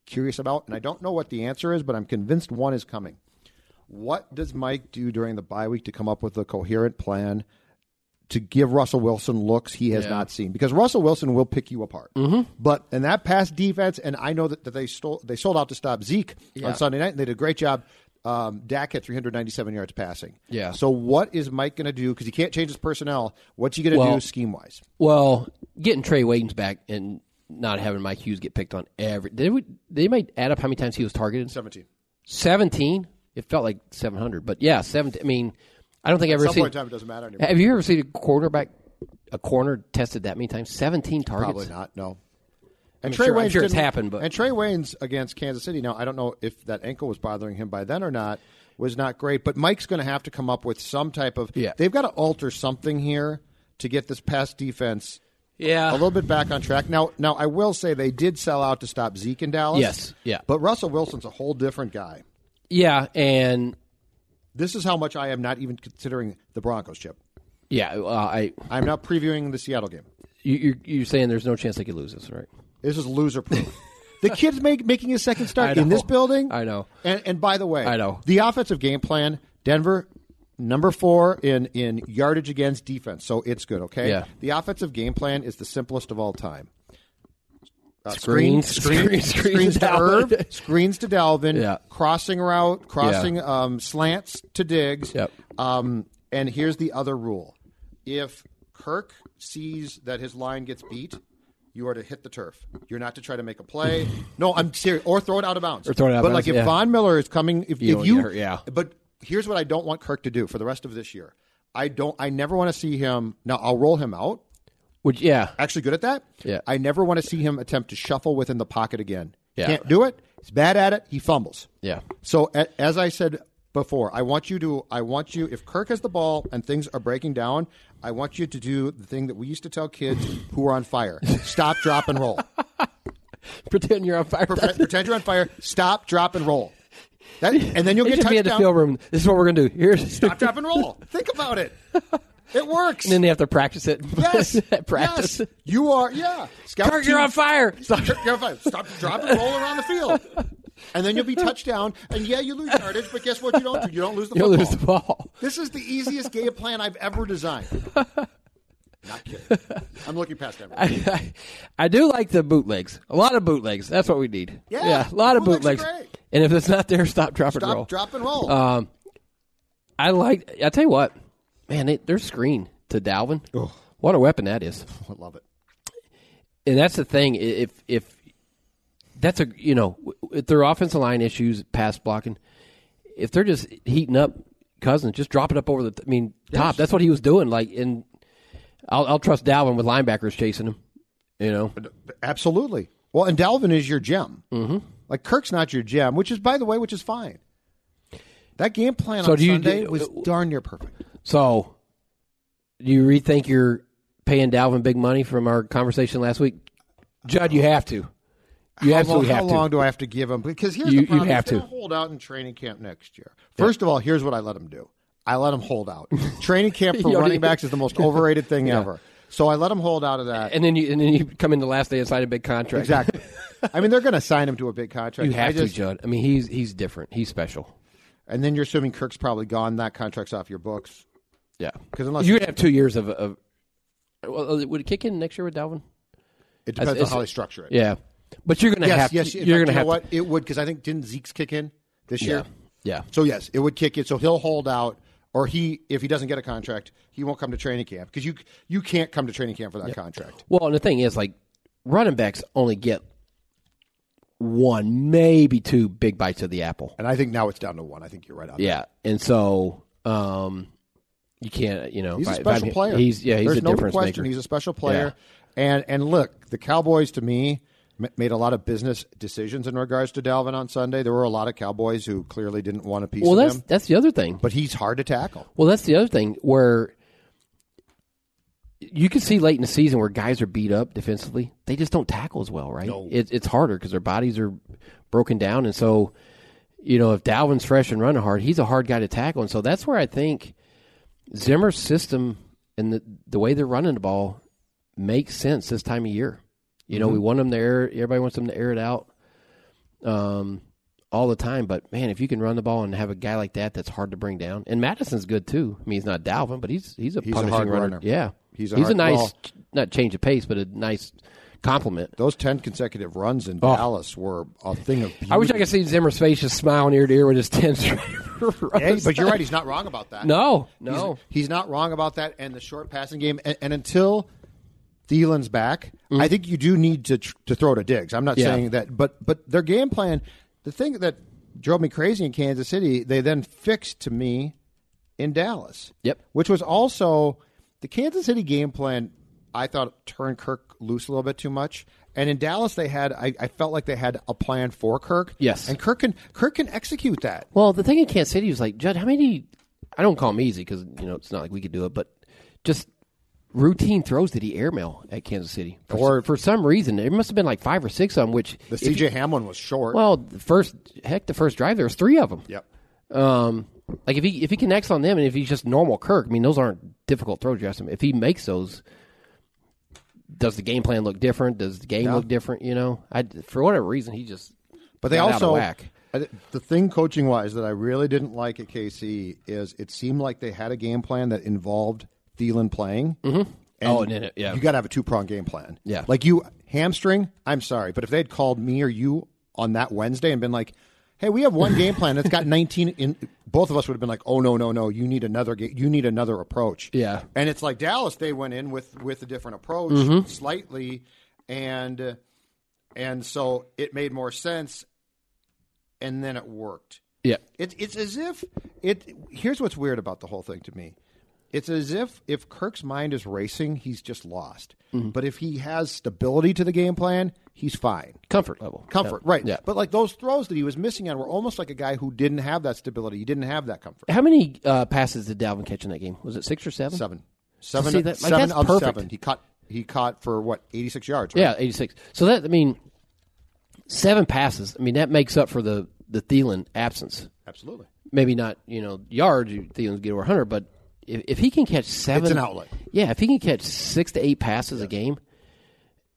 Speaker 2: curious about, and I don't know what the answer is, but I'm convinced one is coming. What does Mike do during the bye week to come up with a coherent plan to give Russell Wilson looks he has not seen? Because Russell Wilson will pick you apart. Mm-hmm. But in that pass defense, and I know that, that they stole they sold out to stop Zeke on Sunday night, and they did a great job. Um, Dak had 397 yards passing.
Speaker 3: Yeah.
Speaker 2: So what is Mike going to do? Because he can't change his personnel. What's he going to
Speaker 3: Well-
Speaker 2: do scheme wise?
Speaker 3: Well, getting Trey Waynes back and not having Mike Hughes get picked on every they would they might add up how many times he was targeted.
Speaker 2: 17.
Speaker 3: 17? It felt like 700, but yeah, 17. I mean, I don't think I've
Speaker 2: At
Speaker 3: ever
Speaker 2: some
Speaker 3: seen.
Speaker 2: point in time, it doesn't matter anymore.
Speaker 3: Have you ever seen a quarterback, a corner tested that many times? 17 targets?
Speaker 2: Probably not. No. And
Speaker 3: mean, sure- I'm sure it's
Speaker 2: didn't-
Speaker 3: happened, but-
Speaker 2: and Trey Wayne's against Kansas City. Now I don't know if that ankle was bothering him by then or not. Was not great, but Mike's going to have to come up with some type of.
Speaker 3: Yeah.
Speaker 2: They've got to alter something here to get this pass defense a
Speaker 3: Yeah.
Speaker 2: little bit back on track. Now, now I will say they did sell out to stop Zeke in Dallas.
Speaker 3: Yes, yeah.
Speaker 2: But Russell Wilson's a whole different guy.
Speaker 3: Yeah, and
Speaker 2: This is how much I am not even considering the Broncos chip.
Speaker 3: yeah, uh, I
Speaker 2: I'm not previewing the Seattle game.
Speaker 3: you, you're, you're saying there's no chance they could lose this, right?
Speaker 2: This is loser proof. the kid's make, making his second
Speaker 3: I
Speaker 2: start
Speaker 3: know.
Speaker 2: in this building.
Speaker 3: I know.
Speaker 2: And, and by the way,
Speaker 3: I know.
Speaker 2: the offensive game plan. Denver, number four in in yardage against defense, so it's good. Okay.
Speaker 3: Yeah.
Speaker 2: The offensive game plan is the simplest of all time. Uh,
Speaker 3: Screens,
Speaker 2: screen- screens,
Speaker 3: screens, screens
Speaker 2: to
Speaker 3: out.
Speaker 2: Irv, screens to Dalvin,
Speaker 3: Yeah.
Speaker 2: crossing route, crossing um, slants to Diggs.
Speaker 3: Yep.
Speaker 2: Um, and here's the other rule: if Kirk sees that his line gets beat, you are to hit the turf. You're not to try to make a play. no, I'm serious. Or throw it out of bounds.
Speaker 3: Or throw it out of
Speaker 2: But
Speaker 3: bounds,
Speaker 2: like if
Speaker 3: yeah.
Speaker 2: Von Miller is coming, if
Speaker 3: You
Speaker 2: if
Speaker 3: don't
Speaker 2: you
Speaker 3: get hurt, yeah.
Speaker 2: But here's what I don't want Kirk to do for the rest of this year. I don't. I never want to see him. Now I'll roll him out.
Speaker 3: Which, yeah,
Speaker 2: Actually, good at that.
Speaker 3: Yeah.
Speaker 2: I never want to see him attempt to shuffle within the pocket again.
Speaker 3: Yeah.
Speaker 2: Can't do it. He's bad at it. He fumbles.
Speaker 3: yeah,
Speaker 2: So a- as I said before, I want you to I want you if Kirk has the ball and things are breaking down, I want you to do the thing that we used to tell kids who are on fire. Stop, drop and roll.
Speaker 3: pretend you're on fire.
Speaker 2: Pre- pretend you're on fire. Stop, drop and roll. That, and then you'll
Speaker 3: They
Speaker 2: get
Speaker 3: should be in the
Speaker 2: touchdown.
Speaker 3: field room. This is what we're gonna do. Here's
Speaker 2: Stop, drop and roll. Think about it. It works.
Speaker 3: and then they have to practice it.
Speaker 2: yes.
Speaker 3: practice.
Speaker 2: Yes. You are yeah. Scout
Speaker 3: Kirk, you're
Speaker 2: team-
Speaker 3: on fire. Stop.
Speaker 2: Kirk, you're on fire. Stop, drop and roll around the field. And then you'll be touchdown. And yeah, you lose yardage, but guess what you don't do? You don't lose the
Speaker 3: You'll
Speaker 2: football.
Speaker 3: lose the ball.
Speaker 2: This is the easiest game plan I've ever designed. Not kidding. I'm looking past everything.
Speaker 3: I, I do like the bootlegs. A lot of bootlegs. That's what we need.
Speaker 2: Yeah,
Speaker 3: a lot of
Speaker 2: bootlegs
Speaker 3: bootlegs.
Speaker 2: are great.
Speaker 3: And if it's not there, stop, drop, and
Speaker 2: Stop,
Speaker 3: roll.
Speaker 2: drop, and roll.
Speaker 3: Uh, I like. I tell you what, man, they, their screen to Dalvin. What a weapon that is.
Speaker 2: I love it.
Speaker 3: And that's the thing. i- If if that's a you know if their offensive line issues, pass blocking, if they're just heating up Cousins, just drop it up over the. I mean, top. That's what he was doing. Like, and I'll, I'll trust Dalvin with linebackers chasing him. You know,
Speaker 2: Absolutely. Well, and Dalvin is your gem. Mm-hmm. Like Kirk's not your gem, which is, by the way, which is fine. That game plan
Speaker 3: So
Speaker 2: on
Speaker 3: do you
Speaker 2: Sunday
Speaker 3: do- uh,
Speaker 2: was darn near perfect.
Speaker 3: So, do you rethink you're paying Dalvin big money from our conversation last week? Judd, you have to.
Speaker 2: how
Speaker 3: You
Speaker 2: long,
Speaker 3: absolutely
Speaker 2: how
Speaker 3: have to.
Speaker 2: long do I have to give him? Because here's the
Speaker 3: You- you
Speaker 2: problem:
Speaker 3: have
Speaker 2: if they
Speaker 3: to.
Speaker 2: don't hold out in training camp next year. First of all, here's what I let him do: I let him hold out. training camp for
Speaker 3: You already-
Speaker 2: running backs is the most overrated thing ever. So I let him hold out of that.
Speaker 3: And then you and then you come in the last day and sign a big contract.
Speaker 2: Exactly. I mean, they're going to sign him to a big contract.
Speaker 3: You
Speaker 2: I
Speaker 3: have
Speaker 2: just-
Speaker 3: to, Judd. I mean, he's he's different. He's special.
Speaker 2: And then you're assuming Kirk's probably gone. That contract's off your books.
Speaker 3: Yeah.
Speaker 2: 'Cause unless-
Speaker 3: you would have two years of, of well, uh, would it kick in next year with Dalvin?
Speaker 2: It depends
Speaker 3: It's-
Speaker 2: on how they structure it.
Speaker 3: Yeah. But you're gonna
Speaker 2: Yes,
Speaker 3: have
Speaker 2: yes.
Speaker 3: to,
Speaker 2: in
Speaker 3: you're
Speaker 2: fact,
Speaker 3: gonna
Speaker 2: you know
Speaker 3: have
Speaker 2: what it would because I think didn't Zeke's kick in this
Speaker 3: to
Speaker 2: year.
Speaker 3: Yeah.
Speaker 2: So yes, it would kick it. So he'll hold out, or he if he doesn't get a contract, he won't come to training camp because you you can't come to training camp for that contract.
Speaker 3: Well, and the thing is, like, running backs only get one, maybe two big bites of the apple.
Speaker 2: And I think now it's down to one. I think you're right on. that.
Speaker 3: Yeah, and so um, you can't, you know,
Speaker 2: He's
Speaker 3: if
Speaker 2: a
Speaker 3: I- if
Speaker 2: special
Speaker 3: I'm-
Speaker 2: player.
Speaker 3: He's yeah, he's
Speaker 2: There's
Speaker 3: a
Speaker 2: no
Speaker 3: difference
Speaker 2: question.
Speaker 3: maker.
Speaker 2: He's a special player. And and look, the Cowboys to me m- made a lot of business decisions in regards to Dalvin on Sunday. There were a lot of Cowboys who clearly didn't want a piece
Speaker 3: well,
Speaker 2: of
Speaker 3: that's
Speaker 2: him,
Speaker 3: that's the other thing.
Speaker 2: but he's hard to tackle.
Speaker 3: Well, that's the other thing where you can see late in the season where guys are beat up defensively. They just don't tackle as well, right? It, it's harder because their bodies are broken down. And so, you know, if Dalvin's fresh and running hard, he's a hard guy to tackle. And so that's where I think Zimmer's system and the, the way they're running the ball makes sense this time of year. You know, we want them to air, everybody wants them to air it out um, all the time. But man, if you can run the ball and have a guy like that, that's hard to bring down. And Madison's good too. I mean, he's not Dalvin, but he's he's a
Speaker 2: He's a
Speaker 3: punishing
Speaker 2: hard
Speaker 3: runner.
Speaker 2: runner.
Speaker 3: Yeah,
Speaker 2: He's a
Speaker 3: he's a
Speaker 2: hard-
Speaker 3: nice
Speaker 2: well-
Speaker 3: not change of pace, but a nice compliment.
Speaker 2: Those ten consecutive runs in Dallas were a thing of beauty.
Speaker 3: Oh. I wish I could see Zimmer's face just smiling ear to ear with his ten
Speaker 2: Hey, but you're right. He's not wrong about that.
Speaker 3: No,
Speaker 2: He's-
Speaker 3: no.
Speaker 2: He's, not wrong about that and the short passing game. And, and until Thielen's back, I think you do need to tr- to throw to Diggs. I'm not
Speaker 3: Mm-hmm. Yeah.
Speaker 2: saying that, but but their game plan. The thing that drove me crazy in Kansas City, they then fixed to me in Dallas.
Speaker 3: Yep.
Speaker 2: Which was also the Kansas City game plan. I thought turned Kirk loose a little bit too much. And in Dallas, they had I, I felt like they had a plan for Kirk.
Speaker 3: Yes.
Speaker 2: and Kirk can Kirk can execute that.
Speaker 3: Well, the thing in Kansas City was like, Judd, how many? I don't call them easy because you know it's not like we could do it, but just routine throws did he airmail at Kansas City for,
Speaker 2: Or-
Speaker 3: for some reason there must have been like five or six of them. Which
Speaker 2: The
Speaker 3: if
Speaker 2: CJ Hamlin was short.
Speaker 3: Well, the first heck, the first drive there was three of them.
Speaker 2: Yep.
Speaker 3: Um, like if he if he connects on them, and if he's just normal Kirk, I mean those aren't difficult throws. You ask him if he makes those. Does the game plan look different? Does the game look different? You know, I for whatever reason he just
Speaker 2: But they
Speaker 3: got out of
Speaker 2: also
Speaker 3: whack.
Speaker 2: I thi- the thing coaching wise that I really didn't like at KC is it seemed like they had a game plan that involved Thielen playing. Mm-hmm. And
Speaker 3: Oh, and then it- yeah.
Speaker 2: you got to have a two prong game plan.
Speaker 3: Yeah.
Speaker 2: like you hamstring. I'm sorry, but if they'd called me or you on that Wednesday and been like, "Hey, we have one game plan that's got 19," in both of us would have been like, "Oh no, no, no! You need another. Ga- you need another approach."
Speaker 3: Yeah.
Speaker 2: and it's like Dallas. They went in with with a different approach
Speaker 3: Mm-hmm.
Speaker 2: slightly, and. uh, and so it made more sense and then it worked
Speaker 3: yeah.
Speaker 2: it, it's as if it here's what's weird about the whole thing to me it's as if if kirk's mind is racing he's just lost
Speaker 3: Mm-hmm.
Speaker 2: but if he has stability to the game plan he's fine
Speaker 3: comfort level
Speaker 2: comfort
Speaker 3: Yeah.
Speaker 2: right
Speaker 3: Yeah.
Speaker 2: but like those throws that he was missing on were almost like a guy who didn't have that stability he didn't have that comfort
Speaker 3: How many uh, passes did Dalvin catch in that game? Was it six or seven?
Speaker 2: seven seven
Speaker 3: See, that- like,
Speaker 2: seven
Speaker 3: that's
Speaker 2: of
Speaker 3: perfect.
Speaker 2: seven he caught he caught for what 86 yards right?
Speaker 3: Yeah, eighty-six. So that I mean, seven passes. I mean that makes up for the the Thielen absence.
Speaker 2: absolutely
Speaker 3: Maybe not you know yards. you- Thielen's get over hundred, but if, if he can catch seven,
Speaker 2: an outlet.
Speaker 3: Yeah, if he can catch six to eight passes a game,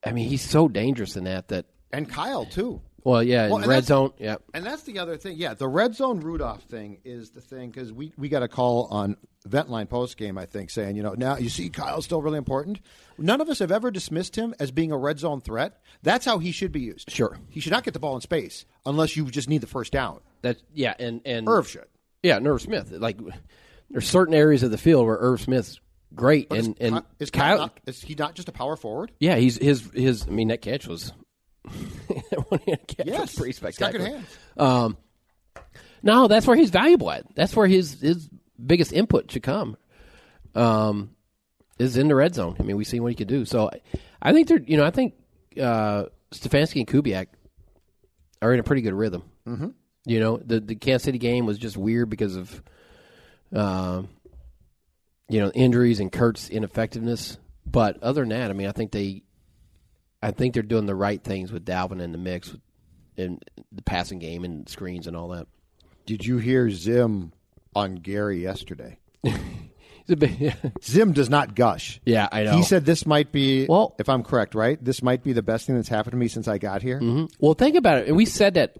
Speaker 3: I mean he's so dangerous in that that.
Speaker 2: and kyle too
Speaker 3: Well, yeah, in
Speaker 2: Well, and
Speaker 3: red
Speaker 2: that's-
Speaker 3: zone. Yeah,
Speaker 2: And that's the other thing. Yeah, the red zone Rudolph thing is the thing because we, we got a call on Ventline post game, I think, saying, you know, now you see Kyle's still really important. None of us have ever dismissed him as being a red zone threat. That's how he should be used.
Speaker 3: Sure.
Speaker 2: He should not get the ball in space unless you just need the first down.
Speaker 3: that yeah, and and
Speaker 2: Irv should.
Speaker 3: yeah, Irv Smith. Like there's certain areas of the field where Irv Smith's great, and and
Speaker 2: Ky- is Kyle, not, is he not just a power forward?
Speaker 3: Yeah, he's his his. I mean, that catch was that one hand catch was
Speaker 2: Yes.
Speaker 3: pretty
Speaker 2: He's got good
Speaker 3: spectacular.
Speaker 2: hands.
Speaker 3: Um, no, that's where he's valuable at. That's where his his biggest input should come. Um, is in the red zone. I mean, we see what he can do. So, I, I think they're you know I think uh, Stefanski and Kubiak are in a pretty good rhythm. Mm-hmm. You know, the the Kansas City game was just weird because of. Um, you know injuries and Kurt's ineffectiveness. But other than that, I mean, I think they, I think they're doing the right things with Dalvin in the mix, with- in the passing game and screens and all that.
Speaker 2: Did you hear Zim on Gary yesterday?
Speaker 3: It's a big-
Speaker 2: Zim does not gush.
Speaker 3: yeah, I know.
Speaker 2: He said this might be,
Speaker 3: Well-
Speaker 2: if I'm correct, right? This might be the best thing that's happened to me since I got here.
Speaker 3: well, think about it. And we said that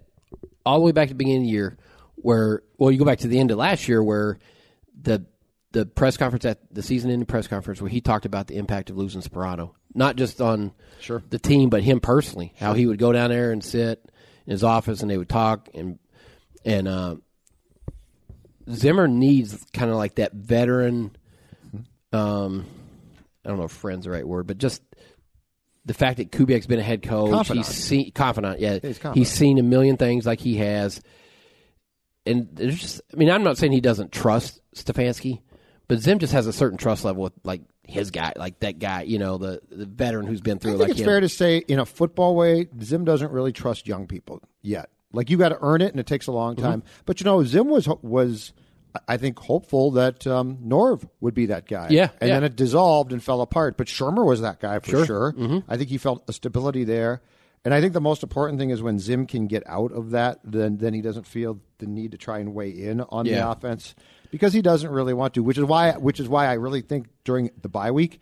Speaker 3: all the way back to the beginning of the year, where well, you go back to the end of last year, where the the press conference at the season ending press conference where he talked about the impact of losing Sperano, not just on sure. the team, but him personally, how he would go down there and sit in his office and they would talk and and uh, Zimmer needs kind of like that veteran. Um, I don't know if friend's the right word, but just the fact that Kubiak's been a head coach,
Speaker 2: Confidant.
Speaker 3: he's seen confidant. Yeah,
Speaker 2: He's confidant.
Speaker 3: he's seen a million things like he has, and there's just. I mean, I'm not saying he doesn't trust Stefanski, but Zim just has a certain trust level with like his guy, like that guy. You know, the the veteran who's been
Speaker 2: I
Speaker 3: through it
Speaker 2: think
Speaker 3: like
Speaker 2: it's
Speaker 3: him.
Speaker 2: fair to say, in a football way, Zim doesn't really trust young people yet. Like you got to earn it, and it takes a long
Speaker 3: Mm-hmm.
Speaker 2: time. But you know, Zim was was I think hopeful that um, Norv would be that guy.
Speaker 3: Yeah,
Speaker 2: and
Speaker 3: yeah.
Speaker 2: then it dissolved and fell apart. But Shermer was that guy for sure.
Speaker 3: Mm-hmm.
Speaker 2: I think he felt a stability there. And I think the most important thing is when Zim can get out of that, then then he doesn't feel the need to try and weigh in on the
Speaker 3: Yeah.
Speaker 2: offense because he doesn't really want to. Which is why which is why I really think during the bye week,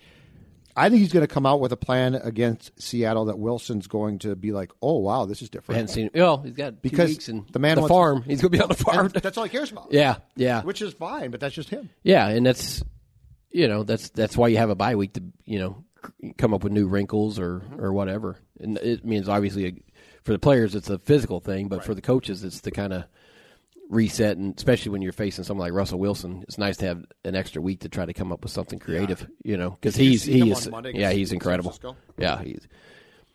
Speaker 2: I think he's going to come out with a plan against Seattle that Wilson's going to be like, oh wow, this is
Speaker 3: I hadn't
Speaker 2: different.
Speaker 3: seen. Well, he's got two
Speaker 2: Because
Speaker 3: weeks and
Speaker 2: the man
Speaker 3: the
Speaker 2: wants-
Speaker 3: farm. He's gonna be on the farm.
Speaker 2: And that's all he cares about.
Speaker 3: yeah, yeah.
Speaker 2: which is fine, but that's just him.
Speaker 3: Yeah, and that's you know that's that's why you have a bye week to you know c- come up with new wrinkles or or whatever. And it means obviously a, for the players it's a physical thing, but for the coaches it's the kind of reset. And especially when you're facing someone like Russell Wilson, it's nice to have an extra week to try to come up with something creative. You know, because he's
Speaker 2: see him
Speaker 3: he
Speaker 2: on
Speaker 3: is
Speaker 2: Monday against
Speaker 3: yeah he's
Speaker 2: San
Speaker 3: incredible.
Speaker 2: Francisco?
Speaker 3: Yeah, he's.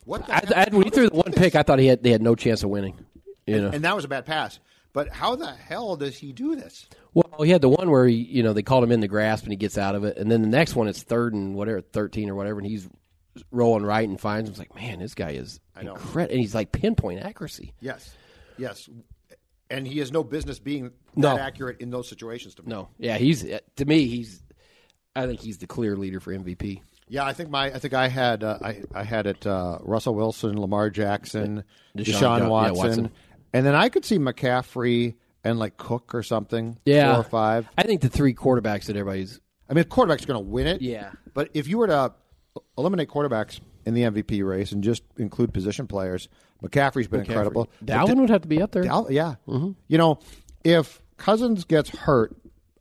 Speaker 2: What the
Speaker 3: I,
Speaker 2: heck-
Speaker 3: I, when he threw the one pick, I thought he had they had no chance of winning. You know,
Speaker 2: and that was a bad pass. But how the hell does he do this?
Speaker 3: Well, he had the one where he, you know, they called him in the grasp and he gets out of it, and then the next one it's third and whatever, thirteen or whatever, and he's rolling right and finds him. It's like, man, this guy is incredible, and he's like pinpoint accuracy.
Speaker 2: Yes, yes, and he has no business being that
Speaker 3: No.
Speaker 2: accurate in those situations. To me,
Speaker 3: No, yeah, he's uh, to me, he's, I think he's the clear leader for MVP.
Speaker 2: Yeah, I think my I think I had uh, I I had it uh, Russell Wilson, Lamar Jackson, Deshaun,
Speaker 3: Deshaun Jo- yeah,
Speaker 2: Watson,
Speaker 3: Watson.
Speaker 2: and then I could see McCaffrey and like Cook or something.
Speaker 3: Yeah,
Speaker 2: four or five.
Speaker 3: I think the three quarterbacks that everybody's
Speaker 2: I mean, quarterback's going to win it.
Speaker 3: Yeah.
Speaker 2: but if you were to eliminate quarterbacks in the MVP race and just include position players, McCaffrey's been incredible.
Speaker 3: Dalvin would have to be up there.
Speaker 2: Dal- yeah,
Speaker 3: Mm-hmm.
Speaker 2: you know, if Cousins gets hurt,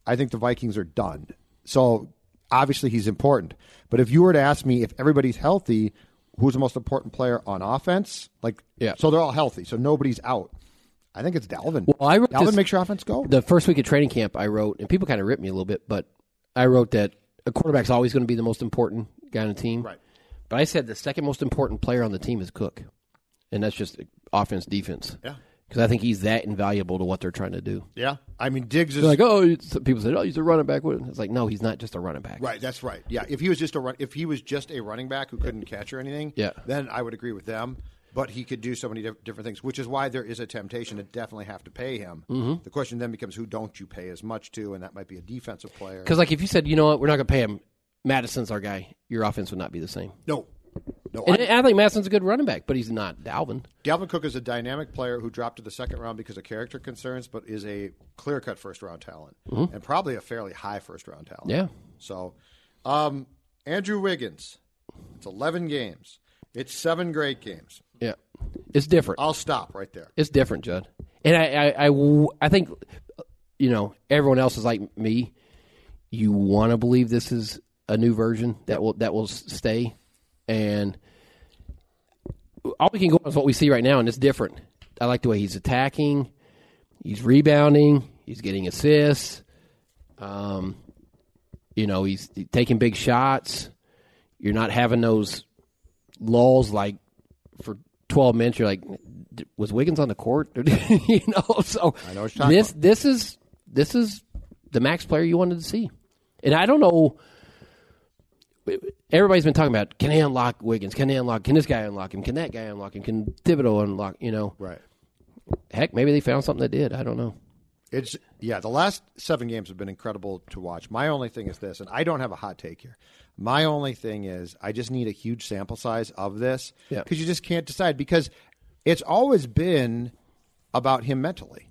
Speaker 2: I think the Vikings are done. So obviously he's important. But if you were to ask me if everybody's healthy, who's the most important player on offense? Like,
Speaker 3: Yeah.
Speaker 2: So they're all healthy. So nobody's out. I think it's Dalvin.
Speaker 3: Well, I wrote
Speaker 2: Dalvin
Speaker 3: this-
Speaker 2: makes your offense go.
Speaker 3: the first week of training camp, I wrote, and people kind of ripped me a little bit, but I wrote that a quarterback's always going to be the most important guy on the team. Right. But I said the second most important player on the team is Cook, and that's just offense defense. Yeah. Because I think he's that invaluable to what they're trying to do.
Speaker 2: yeah, I mean Diggs is
Speaker 3: Like, oh, it's- people said, oh, he's a running back. It's like, no, he's not just a running back.
Speaker 2: Right, that's right. Yeah, if he was just a run, if he was just a running back who couldn't catch or anything,
Speaker 3: Yeah.
Speaker 2: then I would agree with them. But he could do so many diff- different things, which is why there is a temptation to definitely have to pay him.
Speaker 3: Mm-hmm.
Speaker 2: The question then becomes, who don't you pay as much to? And that might be a defensive player.
Speaker 3: Because like if you said, you know what, we're not going to pay him, Madison's our guy. Your offense would not be the same.
Speaker 2: No, no.
Speaker 3: And
Speaker 2: I-
Speaker 3: I think Madison's a good running back, but he's not Dalvin.
Speaker 2: Dalvin Cook is a dynamic player who dropped to the second round because of character concerns, but is a clear cut first round talent and probably a fairly high first round talent.
Speaker 3: Mm-hmm. Yeah.
Speaker 2: So, um, Andrew Wiggins, it's eleven games. It's seven great games.
Speaker 3: Yeah, it's different.
Speaker 2: I'll stop right there.
Speaker 3: It's different, Judd. And I, I- I w- I think, you know, everyone else is like me. You want to believe this is a new version that will that will s- stay, and all we can go on is what we see right now, and it's different. I like the way he's attacking, he's rebounding, he's getting assists. Um, you know, he's taking big shots. You're not having those lulls like for 12 minutes you're like "D- was Wiggins on the court you know so I know
Speaker 2: what you're talking
Speaker 3: this this is this is the max player you wanted to see and I don't know everybody's been talking about can they unlock Wiggins can they unlock can this guy unlock him can that guy unlock him can Thibodeau unlock you know
Speaker 2: Right.
Speaker 3: heck maybe they found something that did I don't know
Speaker 2: It's yeah. The last seven games have been incredible to watch. My only thing is this, and I don't have a hot take here. My only thing is I just need a huge sample size of this
Speaker 3: Yeah.
Speaker 2: because you just can't decide because it's always been about him mentally.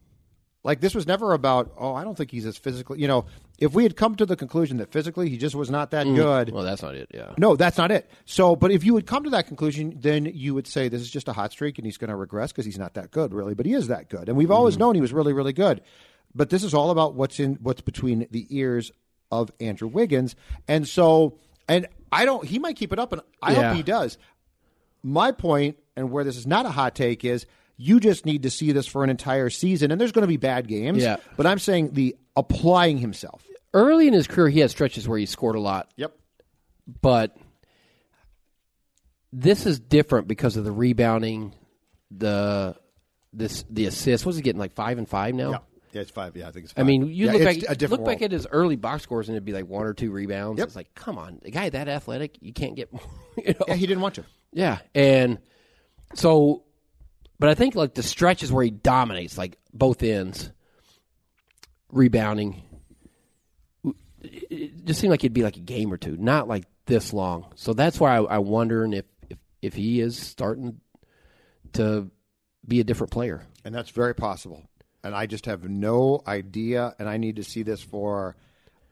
Speaker 2: Like this was never about oh I don't think he's as physically you know if we had come to the conclusion that physically he just was not that good
Speaker 3: well that's not it yeah
Speaker 2: no, that's not it. So, but if you would come to that conclusion, then you would say this is just a hot streak and he's going to regress because he's not that good, really. But he is that good, and we've
Speaker 3: Mm-hmm.
Speaker 2: always known he was really, really good. But this is all about what's in what's between the ears of Andrew Wiggins, and so and I don't. He might keep it up, and I
Speaker 3: Yeah.
Speaker 2: hope he does. My point and where this is not a hot take is you just need to see this for an entire season, and there's going to be bad games.
Speaker 3: Yeah.
Speaker 2: But I'm saying the applying himself.
Speaker 3: early in his career he had stretches where he scored a lot
Speaker 2: Yep.
Speaker 3: but This is different because of the rebounding, the this the assists. What's he getting like five and five now?
Speaker 2: Yeah. yeah, it's five. Yeah, I think it's.
Speaker 3: I
Speaker 2: Five.
Speaker 3: mean, you
Speaker 2: Yeah,
Speaker 3: look
Speaker 2: it's
Speaker 3: back,
Speaker 2: a
Speaker 3: look
Speaker 2: different
Speaker 3: back
Speaker 2: world.
Speaker 3: at his early box scores, and it'd be like one or two rebounds.
Speaker 2: Yep.
Speaker 3: It's like, come on, a guy that athletic, you can't get more. You know?
Speaker 2: Yeah, he didn't want you.
Speaker 3: Yeah, and so, but I think like the stretch is where he dominates, like both ends, rebounding. It just seemed like it'd be like a game or two, not like this long. So that's why I, I wondering if, if if he is starting to be a different player.
Speaker 2: and that's very possible. And I just have no idea. And I need to see this for,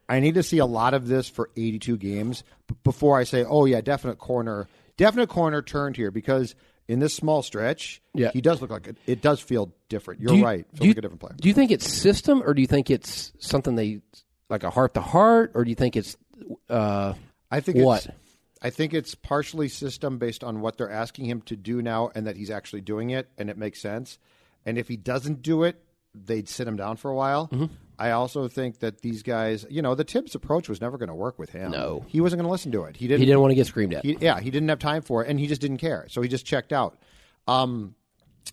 Speaker 2: I need to see a lot of this for 82 games b- before I say, oh yeah, definite corner, definite corner turned here because in this small stretch,
Speaker 3: Yeah.
Speaker 2: he does look like it, it does feel different. You're
Speaker 3: Do you-
Speaker 2: right, feels
Speaker 3: do you-
Speaker 2: like a different player.
Speaker 3: Do you think it's system, or do you think it's something they like a heart to heart, or do you think it's uh,
Speaker 2: I think
Speaker 3: what?
Speaker 2: It's, I think it's partially system based on what they're asking him to do now, and that he's actually doing it, and it makes sense. And if he doesn't do it, they'd sit him down for a while.
Speaker 3: Mm-hmm.
Speaker 2: I also think that these guys, you know, the Tibbs approach was never going to work with him.
Speaker 3: No.
Speaker 2: he wasn't going to listen to it. He didn't.
Speaker 3: he didn't want to get screamed at?
Speaker 2: He, yeah, he didn't have time for it, and he just didn't care. So he just checked out. Um,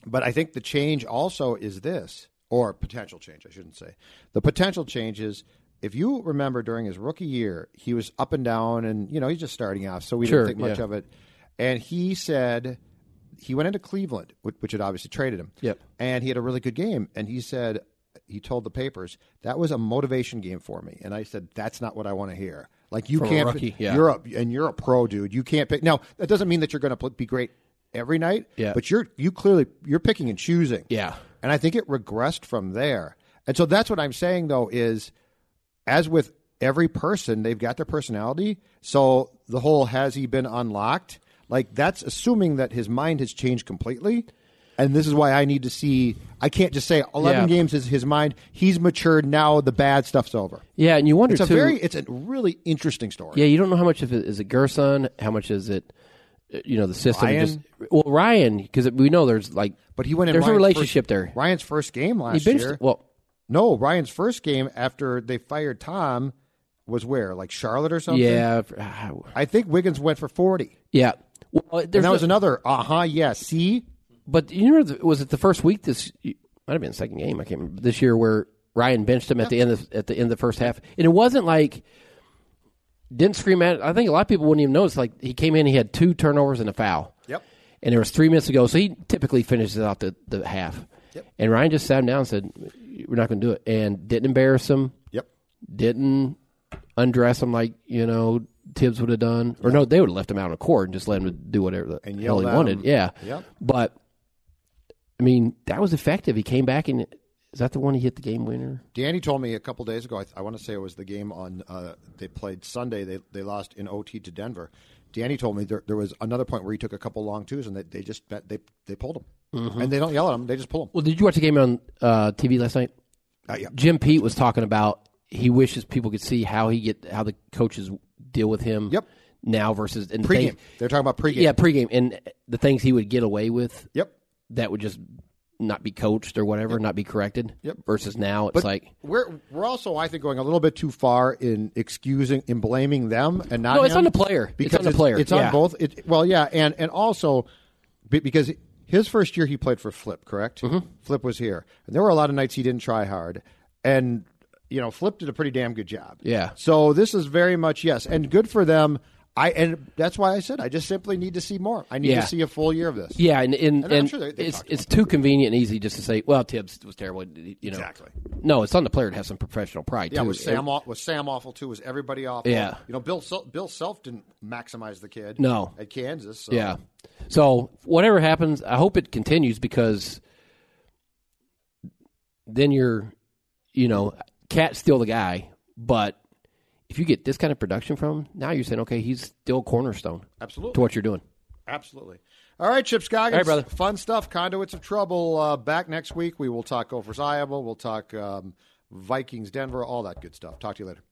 Speaker 2: but I think the change also is this, or potential change, I shouldn't say. The potential change is if you remember during his rookie year, he was up and down, and you know he's just starting off, so we
Speaker 3: Sure,
Speaker 2: didn't think much
Speaker 3: yeah.
Speaker 2: of it. And he said he went into Cleveland, wh- which had obviously traded him.
Speaker 3: Yep.
Speaker 2: And he had a really good game, and he said he told the papers that was a motivation game for me, and I said that's not what I want to hear. Like you
Speaker 3: From a
Speaker 2: can't,
Speaker 3: rookie, yeah.
Speaker 2: you're a, and you're a pro, dude. You can't pick. Now that doesn't mean that you're going to be great every night.
Speaker 3: Yeah.
Speaker 2: But you're you clearly you're picking and choosing.
Speaker 3: Yeah.
Speaker 2: And I think it regressed from there. And so that's what I'm saying though is, as with every person, they've got their personality. So the whole has he been unlocked? Like that's assuming that his mind has changed completely. And this is why I need to see. I can't just say eleven
Speaker 3: Yeah.
Speaker 2: games is his mind. He's matured now. The bad stuff's over.
Speaker 3: Yeah, and you wonder
Speaker 2: It's a
Speaker 3: too.
Speaker 2: very, it's a really interesting story.
Speaker 3: Yeah, you don't know how much of it is it Gerson, how much is it, uh, you know, the system.
Speaker 2: Ryan?
Speaker 3: Just, well, Ryan, because we know there's like,
Speaker 2: But he went in
Speaker 3: There's a
Speaker 2: Ryan's
Speaker 3: relationship
Speaker 2: first,
Speaker 3: there.
Speaker 2: Ryan's first game
Speaker 3: he
Speaker 2: last
Speaker 3: benched.
Speaker 2: year.
Speaker 3: Well,
Speaker 2: no, Ryan's first game after they fired Tom was where? Like Charlotte or something?
Speaker 3: yeah, f-
Speaker 2: I think Wiggins went for 40.
Speaker 3: yeah. Well, there's
Speaker 2: And that was
Speaker 3: no-
Speaker 2: another, uh huh, yeah, see?
Speaker 3: but you know, the- was it the first week this? Might have been the second game. I can't remember this year where Ryan benched him at the end of at the end of the first half, and it wasn't like didn't scream at. I think a lot of people wouldn't even notice. Like he came in, he had two turnovers and a foul.
Speaker 2: Yep.
Speaker 3: and there was three minutes to go. So he typically finishes out the, the half. And Ryan just sat him down and said, "We're not going to do it," and didn't embarrass him.
Speaker 2: Yep.
Speaker 3: Didn't undress him like you know Tibbs would have done, or no, they would have left him out on the court and just let him do whatever the
Speaker 2: And
Speaker 3: hell
Speaker 2: yelled
Speaker 3: he
Speaker 2: at
Speaker 3: wanted.
Speaker 2: him.
Speaker 3: Yeah.
Speaker 2: Yep.
Speaker 3: But I mean, that was effective. He came back and is that the one he hit the game winner?
Speaker 2: Danny told me a couple days ago, I, I want to say it was the game on, uh, they played Sunday, they, they lost in OT to Denver. Danny told me there, there was another point where he took a couple long twos and they, they just, they, they pulled him.
Speaker 3: Mm-hmm.
Speaker 2: And they don't yell at him, they just pull him.
Speaker 3: Well, did you watch the game on uh, TV last night?
Speaker 2: Uh, yeah.
Speaker 3: Jim Pete was talking about he wishes people could see how he get how the coaches deal with him.
Speaker 2: Yep.
Speaker 3: Now versus and
Speaker 2: Pregame.
Speaker 3: thing-
Speaker 2: They're talking about pregame.
Speaker 3: yeah, pregame and the things he would get away with
Speaker 2: Yep.
Speaker 3: that would just not be coached or whatever, not be corrected.
Speaker 2: Yep.
Speaker 3: Versus now, it's like
Speaker 2: We're we're also, I think, going a little bit too far in excusing in blaming them and not.
Speaker 3: No, it's
Speaker 2: him.
Speaker 3: on the player. It's
Speaker 2: Because
Speaker 3: on the player.
Speaker 2: It's
Speaker 3: Yeah.
Speaker 2: on both. It, well, yeah, and and also be- because his first year he played for Flip, correct?
Speaker 3: Mm-hmm.
Speaker 2: Flip was here, and there were a lot of nights he didn't try hard, and you know Flip did a pretty damn good job.
Speaker 3: Yeah.
Speaker 2: So this is very much yes, and good for them. I and that's why I said I just simply need to see more. I need
Speaker 3: Yeah.
Speaker 2: to see a full year of this.
Speaker 3: yeah, and and,
Speaker 2: And
Speaker 3: and,
Speaker 2: I'm sure they- they
Speaker 3: it's
Speaker 2: talked
Speaker 3: it's too convenient and easy just to say, well, Tibbs was terrible. You know,
Speaker 2: Exactly.
Speaker 3: No, it's on the player to have some professional pride.
Speaker 2: Yeah,
Speaker 3: too.
Speaker 2: was Sam aw- was Sam awful too? Was everybody awful?
Speaker 3: Yeah.
Speaker 2: you know Bill Sel- Bill Self didn't maximize the kid.
Speaker 3: No.
Speaker 2: at Kansas. So.
Speaker 3: Yeah. So whatever happens, I hope it continues because then you're, you know, Cat's still the guy, but if you get this kind of production from him, now you're saying, okay, he's still cornerstone
Speaker 2: absolutely,
Speaker 3: to what you're doing.
Speaker 2: absolutely. All right, Chip Scoggins.
Speaker 3: All right, brother.
Speaker 2: Fun stuff. Conduits of Trouble. Uh, back next week. We will talk Gophers Iowa. We'll talk um, Vikings Denver. All that good stuff. Talk to you later.